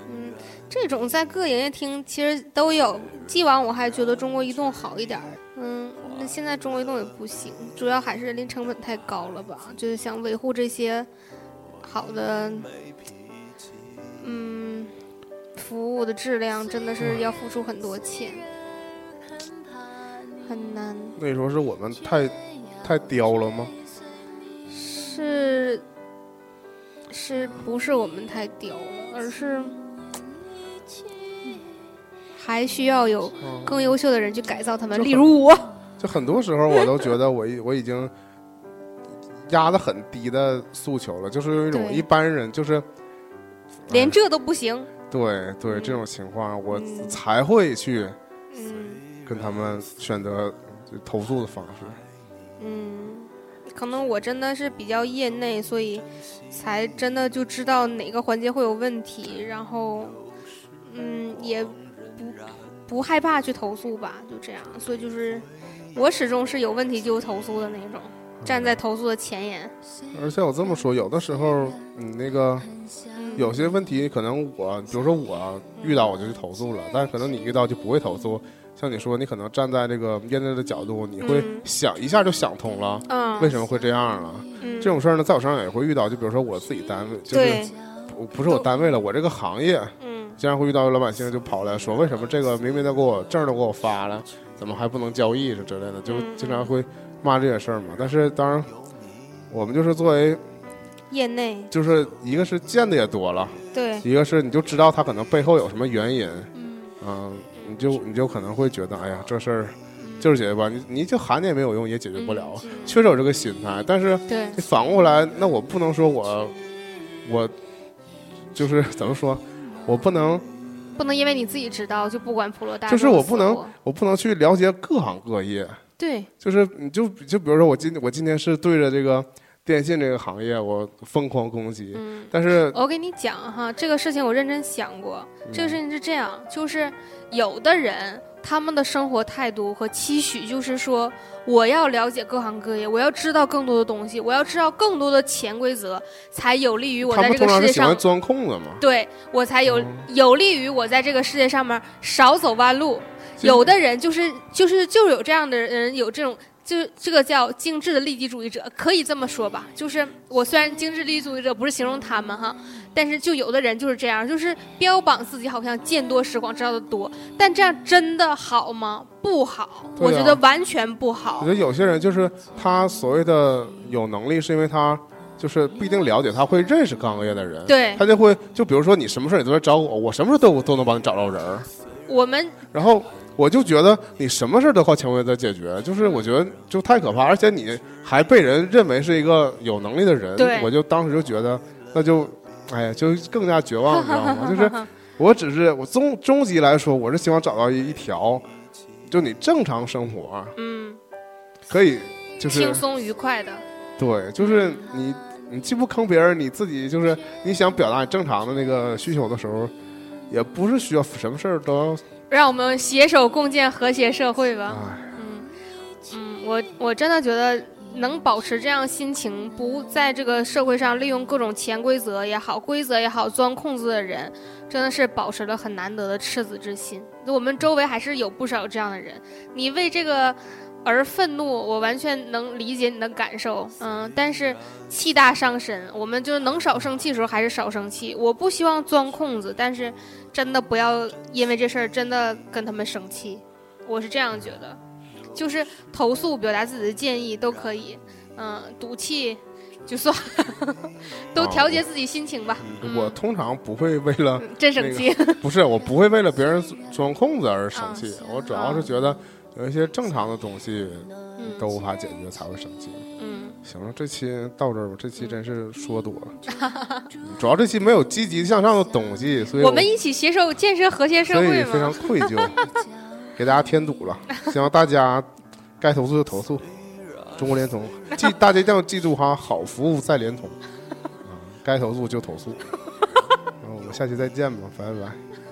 嗯，这种在各营业厅其实都有。既往我还觉得中国移动好一点儿，嗯，那现在中国移动也不行，主要还是人力成本太高了吧？就是想维护这些好的，嗯，服务的质量真的是要付出很多钱，很难。
那时候是我们太太刁了吗？
是是不是我们太刁了，而是嗯还需要有
嗯
更优秀的人去改造他们，
就
例
很
如我。
就很多时候我都觉得我已我已经压得很低的诉求了，就是有一种
对
一般人就是
连
哎
这都不行。
对对这种情况，我
嗯
才会去
嗯
跟他们选择就投诉的方式。
嗯，可能我真的是比较业内，所以才真的就知道哪个环节会有问题，然后嗯也不不害怕去投诉吧，就这样。所以就是我始终是有问题就投诉的那种，站
嗯
在投诉的前沿。
而且我这么说，有的时候你那个
嗯
有些问题，可能我比如说我遇到我就去投诉了，但是可能你遇到就不会投诉。像你说，你可能站在这个业内的角度，你会
嗯
想一下就想通了，
嗯，
为什么会这样了？
嗯
这种事儿呢，在我身上也会遇到。就比如说我自己单位，就是
对，
不不是我单位了，我这个行业
嗯
经常会遇到老百姓就跑来说，为什么这个明明都给我证儿都给我发了，怎么还不能交易是之类的，就
嗯
经常会骂这些事儿嘛。但是当然，我们就是作为，
业内
就是一个是见的也多了，
对，
一个是你就知道他可能背后有什么原因，
嗯
嗯，你就你就可能会觉得，哎呀，这事儿就是解决不了，你你就喊你也没有用，也解决不了，
嗯
确实有这个心态，但是。
对，
你反过来，那我不能说我，我就是 怎么说，我不能，
不能因为你自己知道就不管普罗大
就
众
是
死
我
活，
不能，我不能去了解各行各业。
对，
就是你就就比如说我今我今天是对着这个电信这个行业我疯狂攻击，
嗯。
但是嗯
我给你讲哈，这个事情我认真想过。这个事情是这样，就是有的人他们的生活态度和期许就是说，我要了解各行各业，我要知道更多的东西，我要知道更多的潜规则，才有利于我
他
在
们
这
通
个
常
世
是
界
喜欢
上，
钻空子嘛。
对我才有
嗯
有利于我在这个世界上面少走弯路。
其实
有的人就是就是就是有这样的人，有这种就是这个叫精致的利己主义者，可以这么说吧。就是我虽然精致利己主义者不是形容他们哈，但是就有的人就是这样，就是标榜自己好像见多识广，知道的多，但这样真的好吗？不好，
对啊
我觉得完全不
我
好
觉。得有些人就是他所谓的有能力，是因为他就是不一定了解，他会认识各行各业的人。
对
他就会就比如说你什么事儿你都来找我，我什么事儿都都能帮你找到人儿。
我们
然后我就觉得你什么事儿都靠潜规则解决，就是我觉得就太可怕，而且你还被人认为是一个有能力的人
对，
我就当时就觉得那就，哎呀，就更加绝望，你知道 吗？就是我只是我终终极来说，我是希望找到一一条，就你正常生活
嗯，
可以，就是
轻松愉快的，
对，就是你，你既不坑别人，你自己就是你想表达你正常的那个需求的时候，也不是需要什么事儿都要，
让我们携手共建和谐社会吧。
哎，
嗯，嗯，我我真的觉得能保持这样心情，不在这个社会上利用各种潜规则也好、规则也好钻空子的人，真的是保持了很难得的赤子之心。我们周围还是有不少这样的人，你为这个。而愤怒，我完全能理解你的感受，嗯，但是气大伤身，我们就是能少生气的时候还是少生气。我不希望钻空子，但是真的不要因为这事儿真的跟他们生气，我是这样觉得。就是投诉、表达自己的建议都可以，嗯，赌气，就算了， 都调节自己心情吧。嗯
我通常不会为了
嗯真生气，
不是，我不会为了别人钻空子而生气，我主要是
啊
觉得有一些正常的东西
嗯
都无法解决才会生气。
嗯，
行了，这期到这儿吧，这期真是说多了， 主要这期没有积极向上的东西，所以
我们一起携手建设和谐社
所以
会
非常
嘛。
愧疚，给大家添堵了。希望大家该投诉就投诉，中国联通记大家一定要记住哈，好服务在联 通，啊该投诉就投诉。然后我们下期再见吧，拜拜。